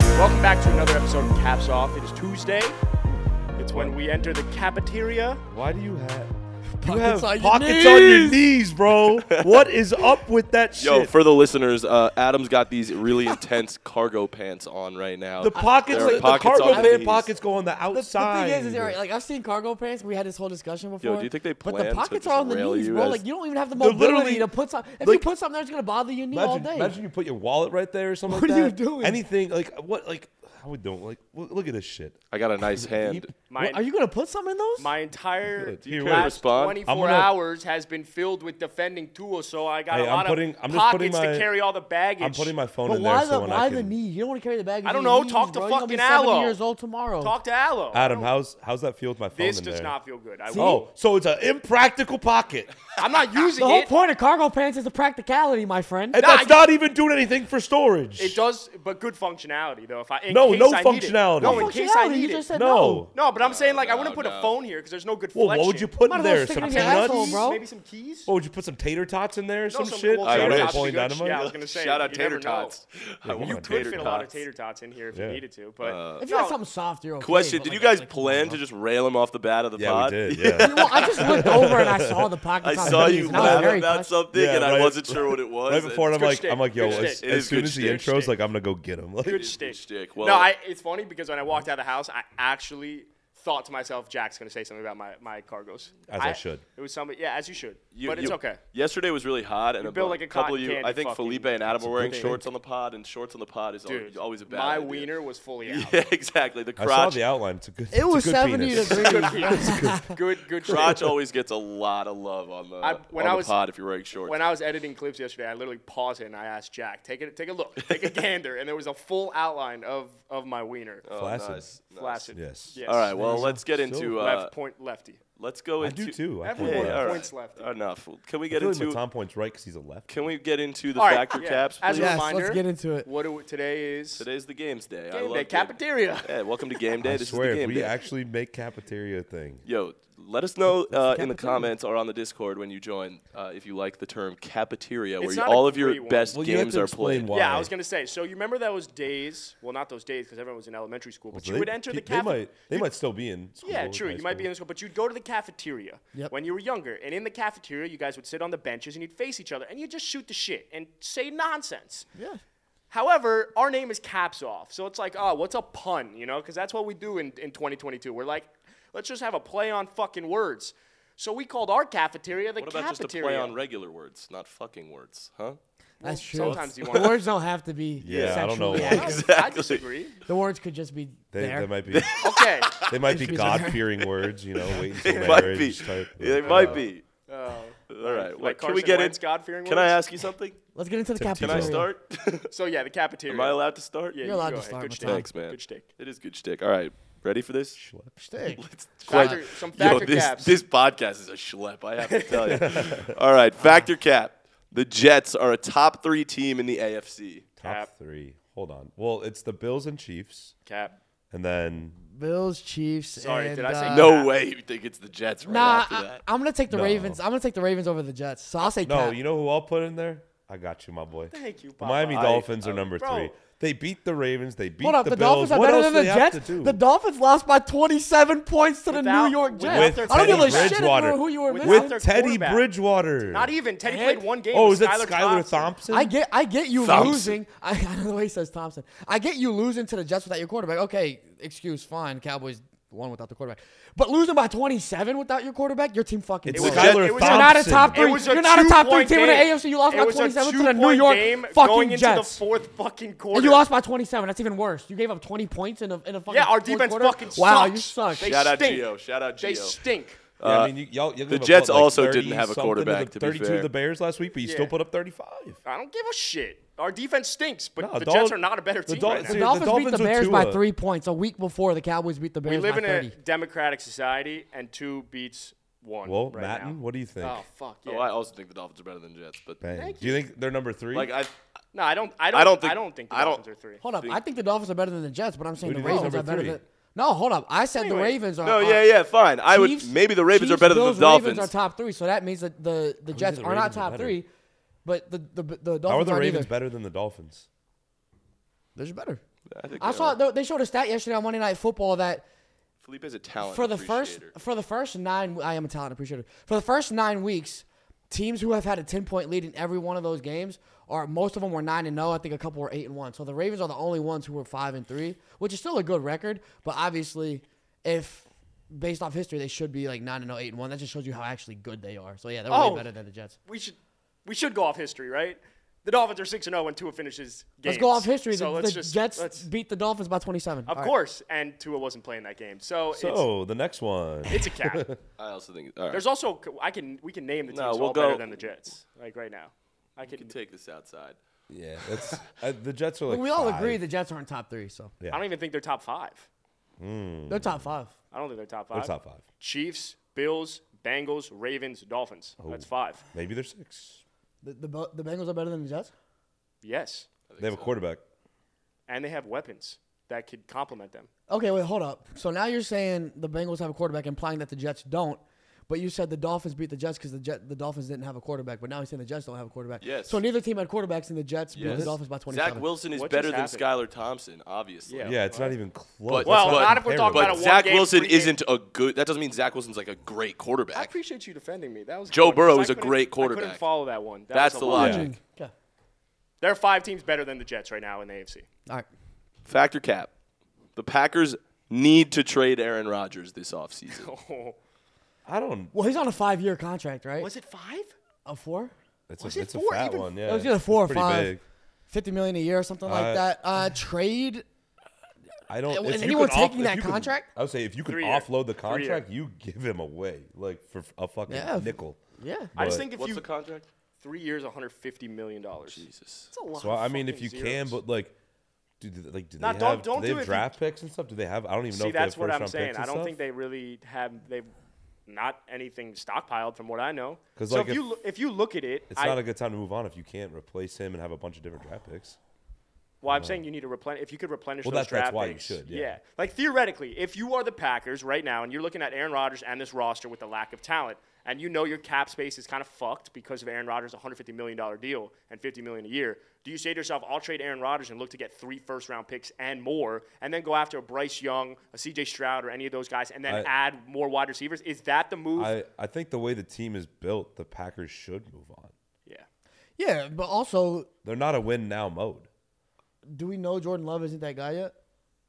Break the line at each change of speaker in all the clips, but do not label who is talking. Welcome back to another episode of Caps Off. It is Tuesday. It's when we enter the cafeteria.
Why do you have
Pockets on your
pockets on your
knees?
knees, bro? what is up with that shit?
Yo, for the listeners, uh, Adam's got these really intense cargo pants on right now.
the pockets,
There
the,
are
cargo
on his
pant
knees.
pockets go on the
The, the
outside.
thing is, is there, like I've seen cargo pants. We had this whole discussion before.
do you think they
But
plan
the
to
pockets
just
are on the
rail
knees,
you
bro.
as-
like you don't even have the
They're
mobility
literally-
to put something. If you
like-
put something there, it's gonna bother your knee all
imagine,
day.
imagine you put your wallet right there or something.
What
like
are you
that.
doing?
Anything like what? Like how we doing? Like look, look at this shit.
I got a nice hand.
My,
Are you gonna put something in those?
my entire
Do you
last
respond?
24
I'm gonna-
hours has been filled with defending Tua, so I got
Hey,
a
I'm
lot
putting-
of
I'm just
pockets
putting my-
to carry all the baggage.
I'm putting my phone
but
in
why
there
the
so when
why
I
the
can.
knee? You don't want to carry the bag.
I don't know. Talk to
bro. You're gonna be
fucking Allo.
70 years old tomorrow.
Talk to Aloe.
Adam, how's how's that feel with my phone
This
in
does
there?
not feel good. I will.
Oh, so it's an impractical pocket,
I'm not using
the whole
it.
point of cargo pants is the practicality, my friend.
and
Nah,
that's
I-
not even doing anything for storage.
It does, but good functionality though. If I in
No,
case
no
I
functionality.
Need it. No,
No
in case I
Functionality,
need
you
it.
just said
no.
no.
no, but I'm saying like I wouldn't
no,
put a
no.
phone here because there's no good.
Well,
flexion.
what would you put
Might
in
as well
there?
stick
Some
it in
peanuts?
your asshole, bro.
Maybe some keys.
What would you put? Some tater tots in there? or
No,
some, shit?
well,
I
tater
wish.
tots would be
Napoleon
good.
Dynamite?
Yeah, I was gonna say.
Shout out
you
tater
never know.
tots. I want
You could
tater
fit a lot of
tots.
tater tots in here if
Yeah.
you needed to,
Uh,
but
If you got
No.
something soft, you're okay.
Question:
but
Did you
like-
guys
like-
plan to just rail him off the bat of the
Yeah, we
pod?
did. Yeah.
Well, I just looked over and I saw the pockets.
I
on
saw
the
you
knees, and I was
laugh
very
about
touched.
something,
Yeah,
and I
right-
wasn't sure what it was.
right before
and-
I'm
good
like,
shtick.
I'm like, yo,
Good
as,
shtick.
It
as
is
soon
good
as the
shtick.
intro's
Shtick.
like, I'm gonna go get him. Like,
good
is
stick.
good shtick.
no,
Well-
I, it's funny because when I walked out of the house, I actually thought to myself, Jack's gonna say something about my, my cargos.
As I should.
It was somebody, yeah, as you should.
you-
but it's
you- Oh,
okay.
Yesterday was really hot, and a
built
bu-
like a
couple of
cotton
you.
candy
I think
fucking-
Felipe and Adam were wearing
thing.
shorts on the pod, and shorts on the pod is al-
Dude,
always a bad.
my
idea.
wiener was fully out.
Yeah, exactly. The
I saw
crotch
the outline. It's a good. it's
It
a
was
good
70
penis.
degrees.
good, good, good, good
Crotch
shit.
always gets a lot of love on the,
I- when
on
I
the
was-
pod if you're wearing shorts.
When I was editing clips yesterday, I literally paused it and I asked Jack, take a, take a look, take a gander, and there was a full outline of, of my wiener.
Oh,
Flaccid.
nice, nice.
Flaccid.
Yes.
All right, well,
Nice.
let's get
So-
into. Uh,
Left point lefty.
let's go
I
into.
do too. I
Everyone
feel like-
Hey,
Yeah,
all right.
Points left.
Enough. Can we
I
get
feel like
into?
Tom points right because he's a left.
Can we get into the
All right,
factor
yeah.
caps?
As a
please?
Yes,
reminder,
let's get into it.
What do, today is
Today's the games day. I
game
love
day,
game-
cafeteria.
Hey, welcome to game day.
I
this
swear,
is
if
the
we
game day.
actually make cafeteria a thing,
Yo, let us know uh, in the
cafeteria.
comments or on the Discord when you join uh, if you like the term cafeteria, where
It's
you,
not a
all of your
great one.
best
well, you have
games
to
are
explain
played.
why.
Yeah, I was gonna say. So you remember those days? Well, not those days because everyone was in elementary school. But
So
you
they-
would enter the
pe- They
cafeteria.
might, they might still be in. School,
Yeah, true.
high
You might be in
school.
the school, but you'd go to the cafeteria
Yep.
when you were younger. And in the cafeteria, you guys would sit on the benches and you'd face each other and you'd just shoot the shit and say nonsense.
Yeah.
However, our name is Caps Off. So it's like, oh, what's a pun? You know, because that's what we do in, in 2022. We're like, let's just have a play on fucking words. So we called our cafeteria the
What about just to
cafeteria.
play on regular words, not fucking words, huh?
That's true.
sometimes you
the
want-
words don't have to be.
Yeah, I don't know
sexually
why.
accurate.
I
Exactly.
disagree.
The words could just be
They,
there.
they might be.
Okay.
They might be
Excuse me.
God-fearing words. You know, wait until
It might be.
marriage type.
Yeah, It might be.
Uh,
All right.
like
Wait, can we
Carson
get
Wentz,
in?
God-fearing
Can I
words?
ask you something?
Let's get into the
Tip-toe.
Can
cafeteria.
I start?
So yeah, the cafeteria.
Am I allowed to start?
Yeah,
Yeah.
you go
allowed to
ahead.
start,
Good
my
shtick.
man.
Thanks, man.
Good shtick.
It is good shtick. All right. Ready for this?
Stick.
Factor, some factor
Yo, this,
caps.
this podcast is a schlep, I have to tell you. All right. Factor cap. The Jets are a top three team in the AFC.
Top three. Hold on. Well, it's the Bills and Chiefs,
cap.
and then
Bills, Chiefs.
Sorry,
and,
did I say-
uh,
No way you think it's the Jets right
Nah,
after
I,
that.
I'm gonna take the
No.
Ravens. I'm gonna take the Ravens over the Jets. So I'll say
No,
Cap.
you know who I'll put in there? I got you, my boy.
Thank you,
The Miami
Papa.
Dolphins
I-
are number
bro.
three. They beat the Ravens. They beat
Hold up,
the,
the,
Bills.
Dolphins are
what
better
else
than
do
the
they have
Jets.
to do?
The Dolphins lost by 27 points to
Without-
the New York
without
Jets.
their
I don't give a
Teddy
shit who, who you were
Without
missing.
their
with Teddy
quarterback.
Bridgewater.
Not even. Teddy
And-
played one game.
Oh,
with
is it
Skylar
Skylar
Thompson.
Thompson?
I get, I get you
Thompson.
losing. I, I know the way he says Thompson. I get you losing to the Jets without your quarterback. Okay, excuse, fine. Cowboys won without the quarterback, but losing by 27 without your quarterback, your team fucking.
It's
sucks.
Skylar
You're not a
Thompson.
top
It
three.
was a
You're not a top three
two-point
team in the
game.
AFC. You lost
it
by
was a
27 to the New
two-point
York
game going
fucking
into
Jets.
the fourth fucking quarter.
And you lost by 27. That's even worse. You gave up 20 points in a in a fucking.
Yeah, our
fourth
defense
quarter?
fucking
Wow,
sucks.
you suck.
They
Shout out
stink.
Gio. Shout out
They
Gio.
stink.
Yeah, I mean, you, y'all, y'all gave up,
Jets
what, like
also didn't
30
have a
something
quarterback,
The,
to be
32
fair.
to the Bears last week, but you
Yeah.
still put up 35.
I don't give a shit. Our defense stinks, but
No,
the
Dol-
Jets are not a better
the
team
Dol-
right now.
see,
The
the
Dolphins, beat
Dolphins
the
with
Bears by
Tua.
three points a week before the Cowboys beat the Bears
We live
by
in
30.
a democratic society, and two beats one.
Well,
right
Matten,
now.
what do you think?
Oh fuck yeah.
Oh, I also think the Dolphins are better than Jets, but
Bang. Do you think they're number three?
like I,
no, I don't. I don't.
I don't think-
I don't think the
I don't-
Dolphins are three.
Hold up, I think the Dolphins are better than the Jets, but I'm saying
Who
the
do you think's
Ravens are
number
better
three?
than. No, hold up. I said the
Anyway.
Ravens are.
no,
are-
yeah, yeah, fine. I would
uh, Chiefs-
maybe the Ravens are
Chiefs,
better than
Bills,
the Dolphins.
Ravens are top three, so that means that the, the Jets
the
are not
Ravens are
top
better?
three, but the the the Dolphins
How are the
aren't
Ravens
either.
better than the Dolphins?
They're just better.
I think
I
they
saw
are.
they they showed a stat yesterday on Monday Night Football that
Felipe's a talent
for the first
Oh, appreciator.
for the first nine I am a talent appreciator. For the first nine weeks, teams who have had a ten point lead in every one of those games are most of them were nine and zero. I think a couple were eight and one. So the Ravens are the only ones who were five and three, which is still a good record. But obviously, if based off history, they should be like nine and 0, 8 and one. That just shows you how actually good they are. So yeah, they're
Oh.
way better than the Jets.
we should we should go off history, right? The Dolphins are six and zero when Tua finishes. Games.
Let's go off history.
So
the
let's
the
just,
Jets
let's-
beat the Dolphins by twenty seven.
of course, and Tua wasn't playing that game, so,
So the next one.
it's, it's a cap.
I also think. All right.
There's also I can we can name the teams
No, we'll
all
go-
better than the Jets like right now. I
you
can.
can take this outside.
Yeah, that's uh, the Jets are like.
we all
five.
agree the Jets aren't top three, so
I don't even think they're top five.
they're top five.
I don't think they're top
They're
five.
top five.
Chiefs, Bills, Bengals, Ravens, Dolphins.
Oh.
That's five.
Maybe they're six.
The, the, Bo- the Bengals are better than the Jets.
Yes,
They have a quarterback.
and they have weapons that could complement them.
Okay, wait, hold up. So now you're saying the Bengals have a quarterback, implying that the Jets don't. But you said the Dolphins beat the Jets because the Jet, the Dolphins didn't have a quarterback. But now he's saying the Jets don't have a quarterback.
Yes.
So neither team had quarterbacks, and the Jets beat
Yes.
the Dolphins by 27.
Zach Wilson is
What
better than
just
Skylar Thompson, obviously.
Yeah.
Yeah, it's not even close.
But-
That's
Well,
not
not if we're
comparable.
talking about a
But
one
Zach
game,
Wilson
three game-
isn't a good. That doesn't mean Zach Wilson's like a great
I
quarterback.
appreciate you defending me. That was
Joe
good, 'cause
Burrow
I
is a
couldn't-
great
I
quarterback.
couldn't follow that one. That
That's
was a
the
lot.
logic.
Okay.
There are five teams better than the Jets right now in the AFC.
All right.
Factor cap. The Packers need to trade Aaron Rodgers this offseason.
Oh.
I don't.
Well, he's on a five-year contract, right?
Was it five?
a four?
It's
Was
a,
it
it's a
four?
fat
Even-
one. Yeah,
was either four or
It's pretty
five.
big.
50 million a year or something like
Uh,
that. Uh, trade.
I don't.
Is
if you
anyone
could off-
taking
if
that
you could-
contract?
I would say if you could
Three-year.
offload the
Three-year.
contract, you give him away like for f- a fucking
Yeah.
nickel.
Yeah.
I just
But-
think if
What's
you
the contract?
three years, 150 million dollars. That's
Jesus.
a lot.
So
of
I mean, if
fucking
you can,
zeros.
but like, do they, like do
Nah,
they
don't-
have
don't
do they
do
have
it if you-
draft picks and stuff? Do they have? I don't even know.
see,
if they have
that's what
first
I'm
round
saying.
picks
I
and
don't
stuff.
think they really have. They've not anything stockpiled from what I know.
'Cause,
so
like,
if you
if-
lo- if you look at it,
It's
I,
not a good time to move on if you can't replace him and have a bunch of different draft picks.
Well, I'm saying you need to replenish. If you could replenish
Well,
those
that's- that's
draft
why you
picks,
should, yeah.
Like theoretically, if you are the Packers right now and you're looking at Aaron Rodgers and this roster with the lack of talent, and you know your cap space is kind of fucked because of Aaron Rodgers' 150 million dollar deal and 50 million a year, do you say to yourself, "I'll trade Aaron Rodgers and look to get three first round picks and more, and then go after a Bryce Young, a C.J. Stroud, or any of those guys, and then
I-
add more wide receivers"? Is that the move?
I, I think the way the team is built, the Packers should move on.
yeah.
Yeah, but also,
They're not a win now mode.
do we know Jordan Love isn't that guy yet?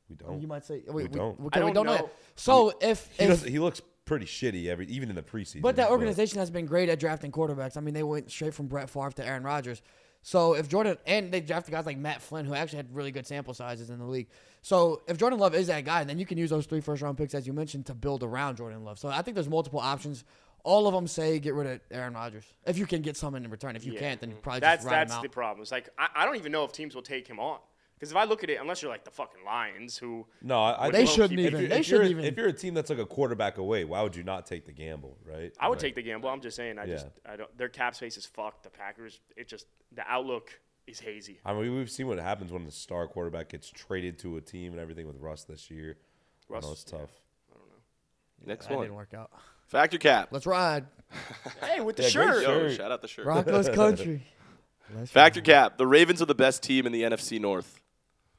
We don't.
You might say. Wait, we,
don't.
okay,
I
we
don't
don't know.
know.
yet. So if,
he,
if
does, he looks pretty shitty every even in the preseason.
But that organization has been great at drafting quarterbacks. I mean, they went straight from Brett Favre to Aaron Rodgers. So if Jordan and they drafted guys like Matt Flynn, who actually had really good sample sizes in the league. So if Jordan Love is that guy, then you can use those three first round picks as you mentioned to build around Jordan Love. So I think there's multiple options. All of them say get rid of Aaron Rodgers if you can get someone in return. If you
Yeah.
can't, then you probably
that's
just ride
that's
him out.
the problem. It's like I, I don't even know if teams will take him on because if I look at it, unless you're like the fucking Lions, who
No, I, I
They
think-
shouldn't
if
even-
you're-
they
if you're
shouldn't
a-
even-
If you're a team that's like a quarterback away, why would you not take the gamble, right?
I would take the gamble. I'm just saying. I
Yeah.
just I don't. Their cap space is fucked. The Packers. It just the outlook is hazy.
I mean, we've seen what happens when the star quarterback gets traded to a team and everything with Russ this year. Russ, I know
Russ,
it's tough.
Next
That didn't
one.
work out.
Factor cap.
Let's ride,
Hey, with the
Yeah, great
shirt.
show.
Yo,
Sure.
shout out the shirt.
Broncos country. Let's
Factor cap. The Ravens are the best team in the NFC North.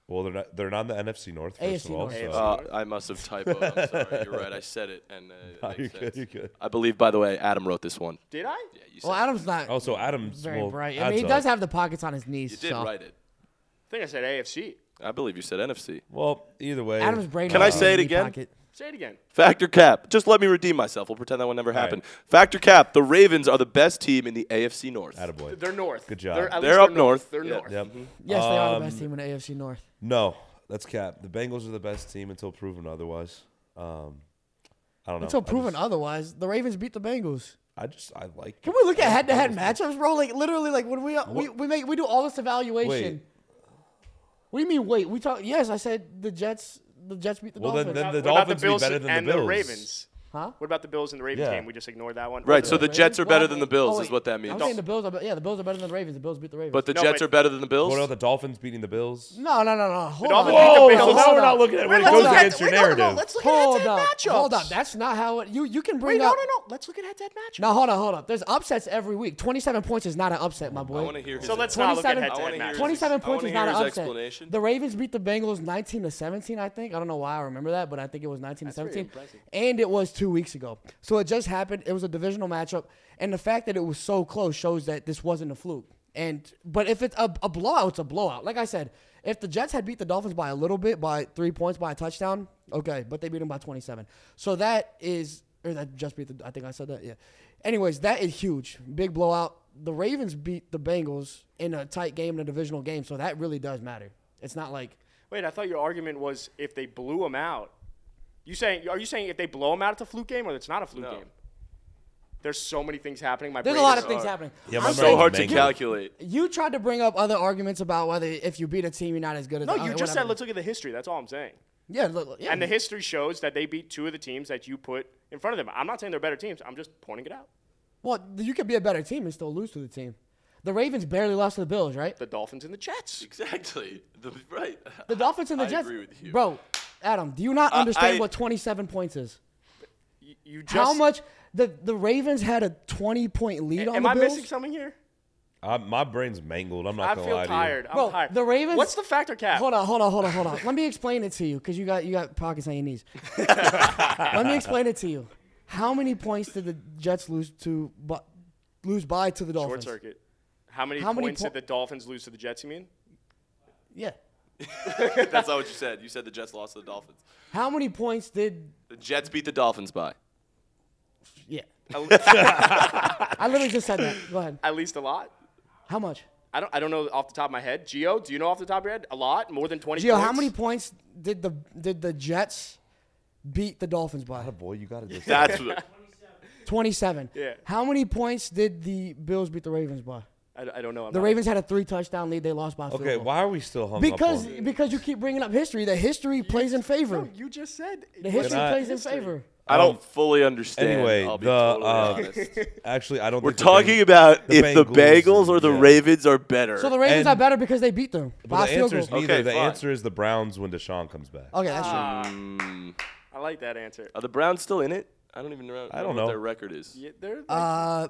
Well, they're not, they're not in the NFC North first
AFC
of all.
North.
so-
AFC.
Uh, I must have typoed. I'm sorry. You're right. I said it, and uh, it
Oh,
makes
you're
sense.
good. You're good.
I believe, by the way, Adam wrote this one.
Did I?
Yeah, you said
Well, Adam's not
Also, Adam's
very
Oh, well,
bright. I
adds
mean, he
up.
does have the pockets on his knees.
you did
so.
write it.
I think I said AFC.
I believe you said NFC.
Well, either way,
Adam's brain.
Can
is
I
in his
say it
knee
again?
pocket.
Say it again.
Factor cap. Just let me redeem myself. We'll pretend that one never
right.
happened. Factor cap. The Ravens are the best team in the AFC North.
Attaboy.
They're north.
Good job.
They're, at
They're
least
up north.
They're
Yeah.
north.
Yep.
Yes, they are the best team in the AFC North.
No, that's cap. The Bengals are the best team until proven otherwise. Um, I don't know.
Until
I
proven
just-
otherwise, the Ravens beat the Bengals.
I just I like.
Can we look at head-to-head matchups, bro? Like literally, like when we uh, we, we make we do all this evaluation.
Wait.
What do you mean? Wait, we talk. Yes, I said the Jets. The Jets beat the
Well, then-
Dolphins.
then The
What about
Dolphins be better than the
and
Bills?
Ravens.
Huh?
What about the Bills and the Ravens
Yeah.
game? We just ignored that one.
Right. So
Or
the Jets are
Well,
better
I
than
mean-
the Bills,
oh,
is
wait.
what that means.
I'm saying the Bills are, be- yeah, the Bills are better than the Ravens. The Bills beat the Ravens.
But the
No,
Jets
but-
are better than the Bills.
What about the Dolphins beating the Bills?
no, no, no, no. Hold
Dolphins
on.
beat the
Oh,
Bills.
so
Hold
now
on.
we're not looking at it.
Wait,
It
let's
goes
look at-
against your
wait, no, no, no,
narrative.
Let's look
Hold
at
up.
head-to-head matchups.
Hold up. That's not how it, you you can bring
Wait, no,
up.
no, no. Let's look at head-to-head matchups.
Now hold on, hold up. There's upsets every week. 27 points is not an upset, my boy.
I want to hear.
So
his-
let's not look at
27
head-to-head
I wanna
matchups.
hear-
27
I
points
wanna
is not
hear
an
his
upset.
explanation.
The Ravens beat the Bengals 19 to 17, I think. I don't know why I remember that, but I think it was 19 to 17. And it was 2 weeks ago. So it just happened. It was a divisional matchup, and the fact that it was so close shows that this wasn't a fluke. And but if it's a, a blowout, it's a blowout. Like I said, if the Jets had beat the Dolphins by a little bit, by 3 points, by a touchdown, okay, but they beat them by 27. So that is or that just beat the I think I said that, yeah. Anyways, that is huge. Big blowout. The Ravens beat the Bengals in a tight game in a divisional game, so that really does matter. It's not like
Wait, I thought your argument was if they blew them out. You saying? Are you saying if they blow them out, it's a fluke game, or it's not a fluke
No.
game? There's so many things happening. My
There's a
brain
lot
is-
of
Uh,
things
hard.
happening.
Yeah,
I'm
my
So
saying,
brain-
hard to
Mango.
calculate.
you tried to bring up other arguments about whether if you beat a team, you're not as good as
No,
the
you
other-
just said
whatever.
let's look at the history. That's all I'm saying.
yeah, look, yeah.
And the history shows that they beat two of the teams that you put in front of them. I'm not saying they're better teams. I'm just pointing it out.
well, you could be a better team and still lose to the team. The Ravens barely lost to the Bills, right?
The Dolphins and the Jets.
Exactly. The, right.
The Dolphins and the
I
Jets.
agree with you.
Bro, Adam, do you not understand
I-
what 27 points is?
You, you just
How much the the Ravens had a 20 point lead on
Am
the
I
Bills?
missing something here?
I, my brain's mangled. I'm not
I
gonna
feel
lie
tired.
to
I'm
Bro,
tired.
the Ravens-
What's the factor cap?
Hold on, hold on, hold on, hold on. Let me explain it to you because you got you got pockets on your knees. Let me explain it to you. How many points did the Jets lose to bu- lose by to the
Short
Dolphins?
circuit. How many
How many
points
po-
did the Dolphins lose to the Jets? You mean?
Yeah.
That's not what you said. You said the Jets lost to the Dolphins.
How many points did
The Jets beat the Dolphins by.
yeah?
I
I literally just said that. Go ahead.
At least a lot.
How much?
I don't. I don't know off the top of my head. Geo, do you know off the top of your head? A lot, more than twenty.
Gio,
points?
how many points did the did the Jets beat the Dolphins by?
you. Boy, you gotta just.
That's what,
27.
Yeah.
How many points did the Bills beat the Ravens by?
I, I don't know. I'm
The
not-
Ravens had a three touchdown lead. They lost by a field
okay,
goal.
why are we still hung
Because
up on?
because you keep bringing up history, the history plays in favor.
No, you just said
The history
I-
plays in favor.
I don't fully understand.
Um, Anyway,
I'll be
the,
totally
uh,
honest.
Actually, I don't.
We're
think the Bengals-
talking about
the
if the
Bengals
Bagels or
and-
the
yeah.
Ravens are better.
So the Ravens
And-
are better because they beat them by
But
a
the
field
answer
goal.
is neither.
Okay,
Okay,
the
fine.
answer is the Browns when Deshaun comes back.
that's
Ah. I like that answer.
are the Browns still in it? I don't even know.
I don't
what
know.
their record is.
Yeah, they're
true. Uh,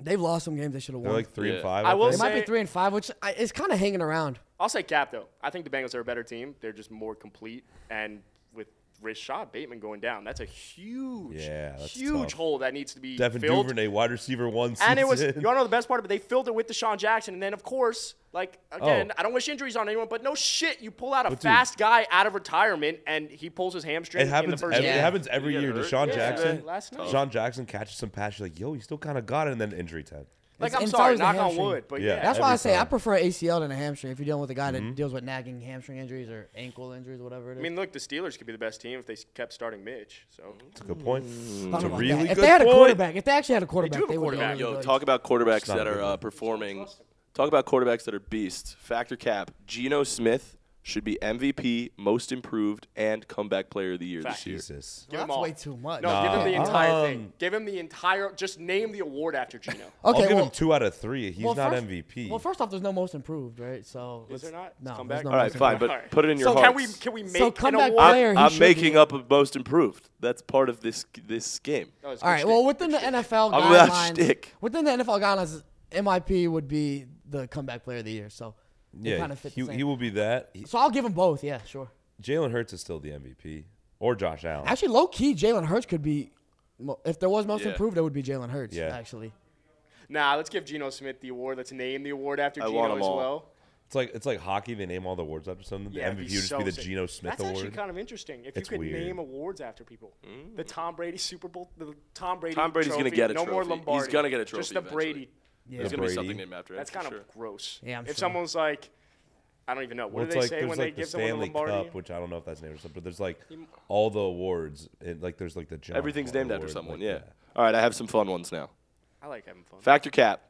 they've lost some games they should have
They're
won.
like three
Yeah.
and five.
I will
they
think.
say-
might be three and five, which I, is kind of hanging around.
I'll say cap though. I think the Bengals are a better team. They're just more complete, and with Rashad Bateman going down, that's a huge,
Yeah, that's
huge
tough.
hole that needs to be
Devin
filled.
Duvernay, wide receiver one.
And it was you
season.
wanna know the best part of it? They filled it with Deshaun Jackson, and then of course, like again,
Oh.
I don't wish injuries on anyone, but no shit, you pull out a
But dude-
fast guy out of retirement, and he pulls his hamstring
It
in the
happens.
first
Every,
game.
It happens every
Yeah.
year.
Yeah.
Deshaun
Yeah.
Jackson.
Last night.
Deshaun Jackson catches some patch. You're like, yo, he still kind of got it, and then injury time.
Like
It's-
I'm
it's
sorry,
always the
knock on
hamstring.
wood, but
Yeah.
yeah,
That's why
every
I say
time.
I
Mm-hmm.
prefer ACL than a hamstring. If you're dealing with a guy that deals with nagging hamstring injuries or ankle injuries, whatever it is.
I mean, look, the Steelers could be the best team if they s- kept starting Mitch. So
It's a good point.
Talk
It's a
about
really
that.
good
If they had a
point.
quarterback, if they actually had a quarterback,
have a
they, would
quarterback.
be really
Yo,
good.
talk about quarterbacks
not
that
a
are
good
uh,
one.
performing. Talk about quarterbacks that are beasts. Factor cap. Geno Smith should be MVP, most improved, and comeback player of the year
Fact.
this year.
Jesus.
give
Well,
him
that's
all.
way too much.
No, give him the
Nah.
entire
Um,
thing. Give him the entire. Just name the award after Gino.
I'll
Okay,
give
well,
him two out of three. He's
well,
not
first-
MVP.
Well, first off, there's no most improved, right? So
Is
let's-
there not?
No,
Come
there's
back.
no
All right,
most
fine,
improved.
All right.
but put it in your
so
hearts.
can we can we make
So
an
comeback
award?
player-
I'm,
he
I'm
should
making
be.
up a most improved. That's part of this this game.
Oh, it's
All
good
right. Well,
shtick.
within the NFL
I'm allowed to
guidelines,
stick.
within the NFL guidelines, MIP would be the comeback player of the year. So yeah,
yeah,
kind of fit
he,
the same.
he will be that. He-
so I'll give him both. Yeah, sure.
Jalen Hurts is still the MVP, or Josh Allen.
Actually, low key, Jalen Hurts could be. mo- If there was most
Yeah.
improved, it would be Jalen Hurts.
Yeah.
Actually,
Nah, let's give Geno Smith the award. Let's name the award after
I want
Geno
'em
as
all.
well.
It's like it's like hockey. They name all the awards after something. The
Yeah,
MVP
it'd
would
be
just
so
be the
sick.
Geno Smith
That's actually
award.
kind of interesting. If
It's
you could
weird.
name awards after people, the Tom Brady Super Bowl, the Tom Brady.
Mm. Tom Brady's gonna
trophy,
get a
no more
trophy. He's
Lombardi.
gonna get a
Just
trophy
the
eventually.
Brady.
yeah.
There's gonna be
Brady.
something named after. him,
That's
for
kind of
sure.
gross.
Yeah, I'm
if
sure.
someone's like, I don't even know. What
Well,
do
it's
they
like
say
there's
when
like
they
the
give someone a
Stanley
Lombardi?
Cup, which I don't know if that's named or something, but there's like all the awards. And like there's like the John
Everything's
Hart
named after
award,
someone.
like
yeah.
that.
All right, I have some fun ones now.
I like having fun.
Factor cap.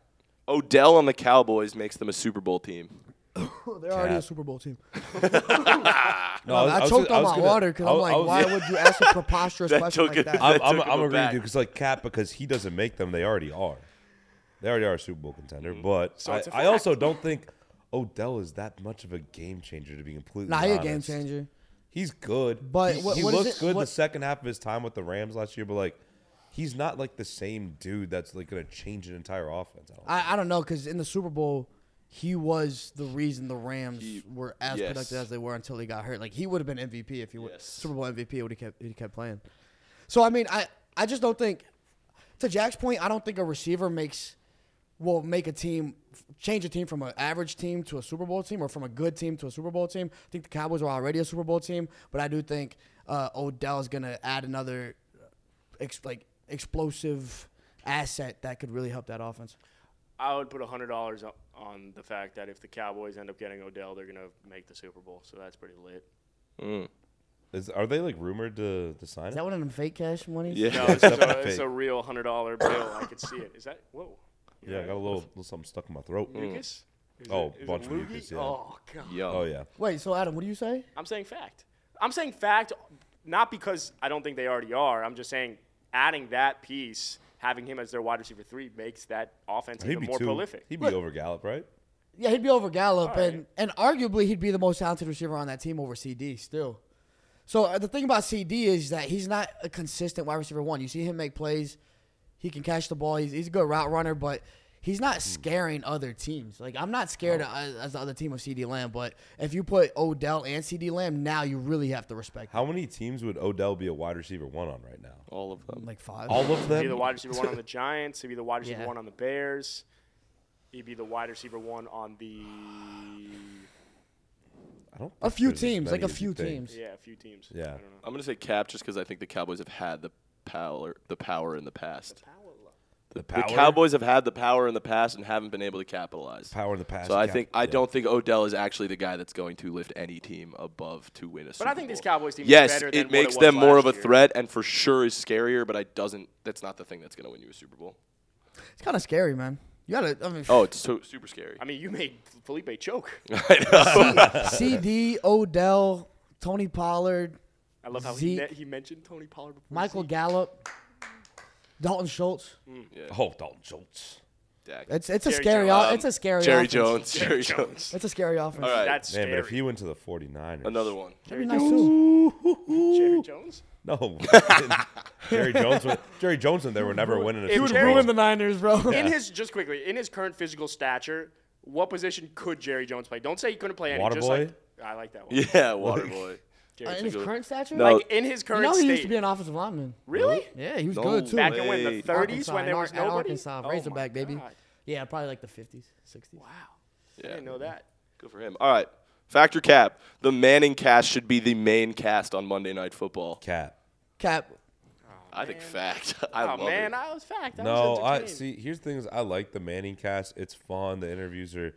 Odell on the Cowboys makes them a Super Bowl team.
They're already a
Cap.
Super Bowl team.
No,
I,
was- was gonna- was
choked on my
gonna-
water because
I
I'm
was- I
like,
was-
why would you ask a preposterous
That
question
took
like
it-
that?
that-
I'm, I'm,
took
I'm
him
agreeing with you
aback.
because like Cap because he doesn't make them. They already are. They already are a Super Bowl contender. But
So
I,
it's a
I also don't think Odell is that much of a game changer to be completely
Nah, he
honest.
a game changer.
He's good,
But
he,
what-
he
what is
looked
it-
good the
what-
second half of his time with the Rams last year. But like, he's not like the same dude that's like going to change an entire offense. I don't
I, I don't know because in the Super Bowl, he was the reason the Rams
He-
were as
yes.
productive as they were until he got hurt. Like he would have been MVP if he would
Yes.
Super Bowl MVP would have kept he kept playing. So I mean, I I just don't think to Jack's point, I don't think a receiver makes will make a team change a team from an average team to a Super Bowl team or from a good team to a Super Bowl team. I think the Cowboys are already a Super Bowl team, but I do think uh, Odell is going to add another ex- like explosive asset that could really help that offense.
I would put hundred dollars on the fact that if the Cowboys end up getting Odell, they're gonna make the Super Bowl. So that's pretty lit.
know. Is, are they like rumored to to sign
Is
it?
that one of them fake cash money?
Yeah.
No, it's, a,
Fake.
it's a real hundred dollar bill. I could see it. Is that whoa?
Yeah, I got a little, little something stuck in my throat.
Hmm.
Mucus? Is
Oh,
it- is it
bunch of
loogie?
mucus, yeah.
Oh god.
Yo.
Oh yeah,
Wait, so Adam, what do you say?
I'm saying fact. I'm saying fact, not because I don't think they already are. I'm just saying adding that piece, having him as their wide receiver three, makes that offense
he'd
even
be
more
too,
prolific.
He'd be over Gallup, right?
Yeah, he'd be over Gallup,
All right.
and and arguably he'd be the most talented receiver on that team over CD still. So uh, the thing about CD is that he's not a consistent wide receiver one. You see him make plays, he can catch the ball. He's, he's a good route runner, but he's not scaring other teams. Like I'm not scared as, as the other team of CD Lamb, but if you put Odell and CD Lamb now, you really have to respect him.
How many teams would Odell be a wide receiver one on right now?
All of them.
like five.
All of
He'd be the
them.
wide receiver one on the Giants. He'd be the wide receiver
Yeah.
one on the Bears. He'd be the wide receiver one on the
I don't
a
think
few
there's as
teams, like
many
a
as you
few
think.
teams.
yeah, a few teams.
Yeah.
I don't know.
I'm gonna say Cap just because I think the Cowboys have had the power, the power in the past.
The,
The Cowboys have had the power in the past and haven't been able to capitalize.
Power in the past.
So I
cap-
think I
yeah.
don't think Odell is actually the guy that's going to lift any team above to win a Super
But I think
Bowl.
this Cowboys team
Yes,
is better than
it makes
what it was
them more
last
of a
year.
threat and for sure is scarier, but I doesn't that's not the thing that's going to win you a Super Bowl.
It's kind of scary, man. You gotta. I mean,
Oh, it's so super scary.
I mean, you made Felipe choke.
CD, Odell, Tony Pollard,
I love how he,
Zeke.
ne- he mentioned Tony Pollard before.
Michael
Zeke.
Gallup, Dalton Schultz.
Oh, Dalton Schultz.
Dak.
It's it's a
Jerry
scary.
Jones.
o- Uh, it's a scary.
Jerry
offense.
Jones, Jerry Jones.
It's a scary offense.
All right.
That's
Man,
scary.
but if he went to the 49ers.
Another one.
That'd be nice too.
Jerry Jones.
No. Jerry Jones. Would, Jerry Jones and they were never winning a
He
Super
would
Bowl.
ruin
the Niners, bro.
In his just quickly, in his current physical stature, what position could Jerry Jones play? Don't say he couldn't play any.
Water
just
boy?
like I like that one.
Yeah, Waterboy.
Jerry
in his
Jones.
current stature,
No.
Like in his
you
current
know he
state.
used to be an offensive lineman.
really?
Yeah, he was
No
good too.
Back in when the
Wait.
30s when there was
Arkansas, at Ar- at
nobody.
Arkansas,
Oh my
Razorback baby.
God.
Yeah, probably like the 50s, 60s.
Wow. I
Yeah.
didn't know that.
Good for him. All right. Factor Cap. The Manning cast should be the main cast on Monday Night Football.
Cap.
Cap.
I think fact. I
Oh
love
man,
it.
I was fact. I
No,
was
I
entertained.
see. Here's the thing: is I like the Manning cast. It's fun. The interviews are,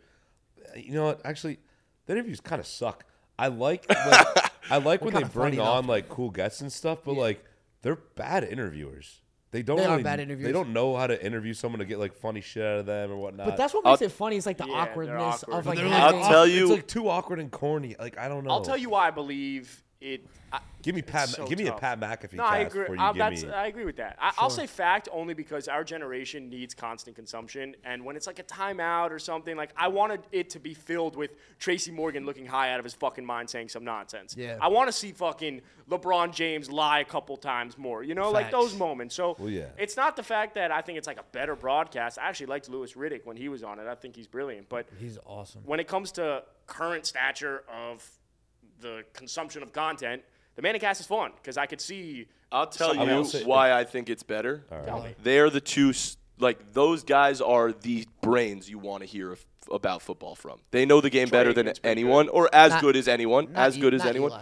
you know what? Actually, the interviews kind of suck. I like, like I like when they
kinda funny
bring
though.
on like cool guests and stuff, but like they're bad interviewers. They don't.
They are
really-
bad
They
interviewers.
don't know how to interview someone to get like funny shit out of them or whatnot.
But that's what
I'll-
makes it funny. It's like the
Yeah, they're
awkwardness
awkward.
of like
They're, like,
having.
I'll tell
awkward-
you-
it's like too awkward and corny. Like I don't know.
I'll tell you why I believe it. I,
Give me Pat.
so
give me
tough.
a Pat McAfee
no,
cast
I agree.
before you
I,
Uh,
give
that's,
me.
I agree with that. I, I'll say fact only because our generation needs constant consumption, and when it's like a timeout or something, like I wanted it to be filled with Tracy Morgan looking high out of his fucking mind saying some nonsense.
Yeah.
I want to see fucking LeBron James lie a couple times more. You know, like
Facts.
those moments. So
Well, yeah.
it's not the fact that I think it's like a better broadcast. I actually liked Lewis Riddick when he was on it. I think he's brilliant, but
He's awesome.
when it comes to current stature of the consumption of content, the Manning cast is fun because I could see.
I'll tell
I
you
will say-
why I think it's better.
Tell me.
They are the two, s- like, those guys are the brains you want to hear of, about football from. They know the game better than
Aikman's pretty
anyone, or as
Not-
good as anyone,
not
as
E-
good as
not
anyone.
Eli.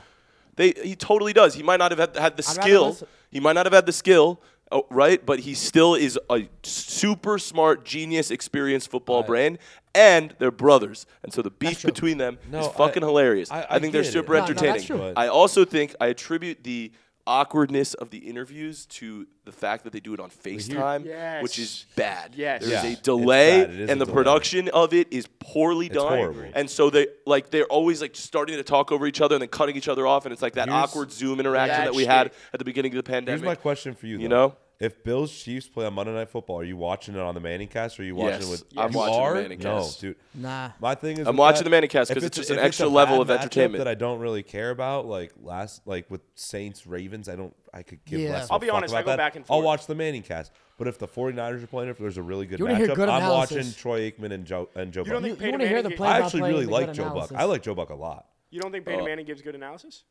They, he totally does. He might not have had, had the
I'd rather
skill.
listen-
He might not have had the skill, oh, right? But he still is a super smart, genius, experienced football brain. And they're brothers, and so the beef
true.
between them
No,
is
I-
fucking hilarious.
I-
I,
I
think they're
get it.
super
No,
no, that's
entertaining.
true.
But-
I also think I attribute the awkwardness of the interviews to the fact that they do it on FaceTime,
Yes.
which is bad.
Yes.
There's
Yeah,
a
it's
delay,
bad. It is
and
a
the
delay.
production of it is poorly done.
horrible.
And so they like they're always like starting to talk over each other and then cutting each other off, and it's like that
Here's-
awkward Zoom interaction
That's
that we
it.
had at the beginning of the
Here's
pandemic.
my question for you.
You
though.
know?
if Bills Chiefs play on Monday Night Football, are you watching it on the Manning Cast or are you watching
Yes.
it with?
I'm
you
watching the
are?
Manning Cast.
No, dude.
Nah.
My thing is,
I'm
with
watching
that,
the Manning Cast
if
'cause it's just an
if a
extra
bad
level of
matchup
entertainment.
that I don't really care about. Like last, like with Saints Ravens, I don't. I could give
Yeah.
less. of
I'll
a
be
fuck
honest, I
about
go
that.
back and
I'll
forth.
watch the Manning Cast. But if the 49ers are playing, if there's a really good
You wanna hear
matchup,
good
I'm
analysis.
watching Troy Aikman and Joe and Joe.
You don't
Buck.
think
You
Peyton
want to hear
Manning?
the
gi-
play
I
by
actually
play and
really
the
like
good
Joe
analysis.
Buck. I like Joe Buck a lot.
you don't think Peyton
Uh,
Manning gives good analysis?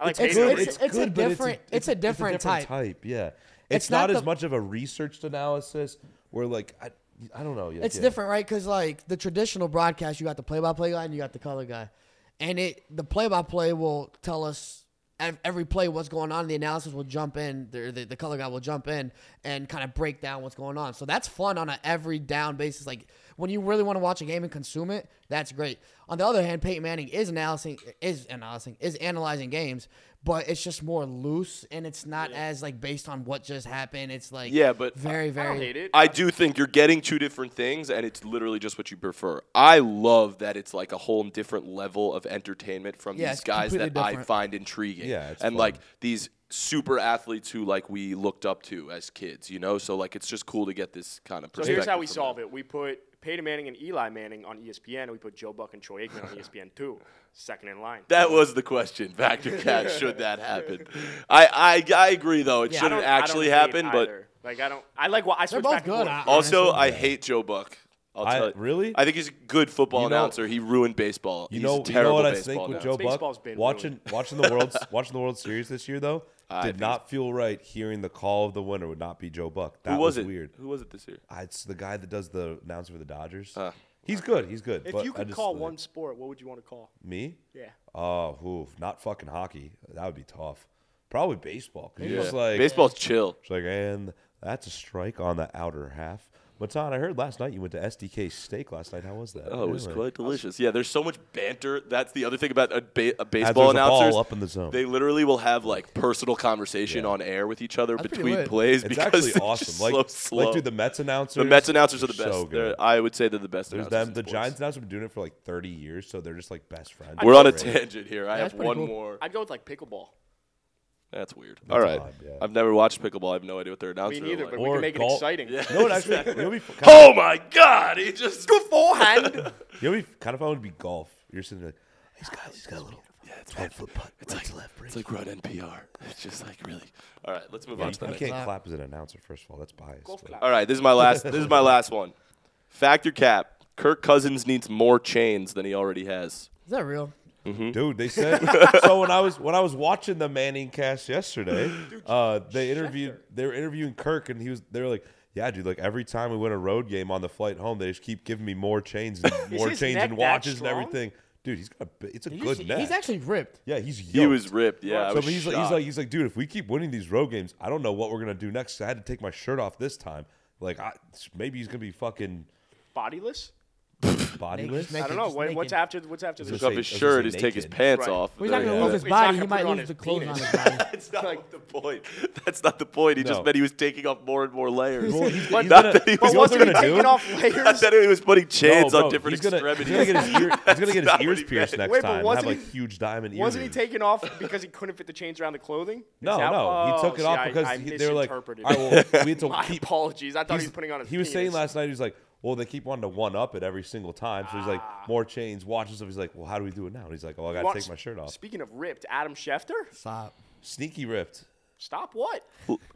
I like
It's-
Peyton.
it's-
Manning.
a
but
different- it's a different type.
Yeah, it's,
It's
not,
not
as
the-
much of a researched analysis. Where like I, I don't know.
It's
yeah.
different, right? Because like the traditional broadcast, you got the play-by-play guy and you got the color guy, and it the play-by-play will tell us ev- every play what's going on. The analysis will jump in, the, the, the color guy will jump in and kind of break down what's going on. So that's fun on an every down basis. Like when you really want to watch a game and consume it, that's great. On the other hand, Peyton Manning is analyzing, is analyzing, is analyzing games, but it's just more loose and it's not as like based on what just happened. It's like
Yeah, but
very
I
very
don't hate it.
I do think you're getting two different things, and it's literally just what you prefer. I love that it's like a whole different level of entertainment from
Yeah,
these
it's
guys that
completely
I
different.
find intriguing.
Yeah, it's
and
fun.
like these super athletes who like we looked up to as kids, you know. So like it's just cool to get this kind of
So
perspective.
here's how we
from
solve
them.
it. We put Peyton Manning and Eli Manning on E ESPN, and we put Joe Buck and Troy Aikman on E ESPN two, second in line.
That was the question, Factor Cat. should that happen? I, I I agree though. It
Yeah. I
I
shouldn't
don't- I don't
actually
hate
happen,
either. like I don't. I like. wa- I
They're
switch
both
back and
good.
forth.
I-
but also I
Honestly,
hate Joe Buck. I'll
I-
tell you.
really?
I think he's a good football
You know-
announcer. He ruined baseball.
You
He's
know,
a
you know
terrible
what I
baseball
think with
announcer.
Joe
Baseball's
Buck
been
watching
ruined.
watching the world watching the World Series this year though
think
did not feel right. Hearing the call of the winner would not be Joe Buck. That
Who was, it?
weird.
Who was it this year?
I- It's the guy that does the announcer for the Dodgers.
Uh.
he's good. He's good.
If
but
you
I
could
just,
call
like,
one sport, what would you want to call?
me,
Yeah.
oh, oof, not fucking hockey. That would be tough. Probably baseball. 'cause you're just like
Baseball's chill.
It's like, and that's a strike on the outer half. Matan, I heard last night you went to SDK Steak last night. How was that?
Oh, it was
Really?
quite delicious. Yeah, there's so much banter. That's the other thing about a, ba- a
As
baseball
there's a ball
announcers.
up in the zone.
They literally will have like personal conversation
Yeah.
on air with each other
That's pretty
between
lit.
plays
It's
because
actually
they're
awesome.
just
Like,
so
like,
slow.
dude, the Mets announcers.
The Mets announcers are the
so
best.
good.
They're- I would say they're the best.
There's
announcers
them.
in
The
sports.
Giants announcers have been doing it for like 30 years, so they're just like best friends.
We're on a
Great.
tangent here. I
Yeah,
have
that's pretty
one
cool.
more.
I'd go with like pickleball.
That's weird. All right.
odd, yeah.
I've never watched pickleball. I have no idea what their announcers
Me neither,
are
but
like.
we
Or
can make
golf.
it exciting.
You know what? Actually, you know, what would be kind
Oh my God! He just good forehand.
of, you know what would be kind of fun would be golf. You're sitting there. Like, he's got, he's got a little. Yeah, it's one foot putt. It's like left.
it's like run NPR. It's just like really. All right, let's move on to the
You
next.
can't clap as an announcer. First of all, that's biased.
Golf
but-
clap.
All right, this is my last. this is my last one. Factor cap. Kirk Cousins needs more chains than he already has.
Is that real?
Dude, they said so when I was when I was watching the Manning cast yesterday, uh, they interviewed they were interviewing Kirk and he was they were like, Yeah, dude, like every time we win a road game on the flight home, they just keep giving me more chains and more
his
chains
neck
and
that
watches and
strong?
everything. Dude, he's got a bi- it's a
He's,
good neck.
he's actually ripped.
yeah, he's yoked.
He was ripped. Yeah, I
so
was
but he's like,
shocked.
he's like he's like, dude, if we keep winning these road games, I don't know what we're gonna do next. I had to take my shirt off this time. Like I, maybe he's gonna be fucking
Bodiless?
bodyless.
make
I
it-
don't
Naked,
know.
just
What, what's
naked.
after what's after
Just
this?
took
say-
off his
I was gonna
shirt.
say
He's take his
naked.
pants
Right.
off.
Well, he's not going
Yeah.
to lose his
He's not
body.
gonna
He
put
might
it on
lose the
his
clothes on
penis.
his body.
That's not the point. That's not the point. He
No.
just meant he was taking off more and more layers.
Well, he's-
But
he's
not
gonna-
that he
you
But
was
know what they're
wasn't he
gonna do?
taking off
not
layers?
that he was putting chains
No,
on
bro,
different
he's gonna,
extremities.
He's gonna get his, ear, he's gonna
not
get his
what
ears
he
pierced
meant.
next
Wait, but
time. and
wasn't
have like
he-
huge diamond ears.
Wasn't he taking off because he couldn't fit the chains around the clothing? Is
No,
that-
no, he
oh,
took it
see,
off
I-
because
I
he, they were like, all
misinterpreted.
right, well, we had to
My
keep.
apologies. I thought he
he's-
was putting on his.
He was saying
penis.
last night, he's like, well, they keep wanting to one up it every single time, so he's like, more chains, watches stuff. He's like, well, how do we do it now? And he's like, oh, I gotta
Want-
take my shirt off.
Speaking of ripped, Adam Schefter,
Stop.
Sneaky ripped,
stop what?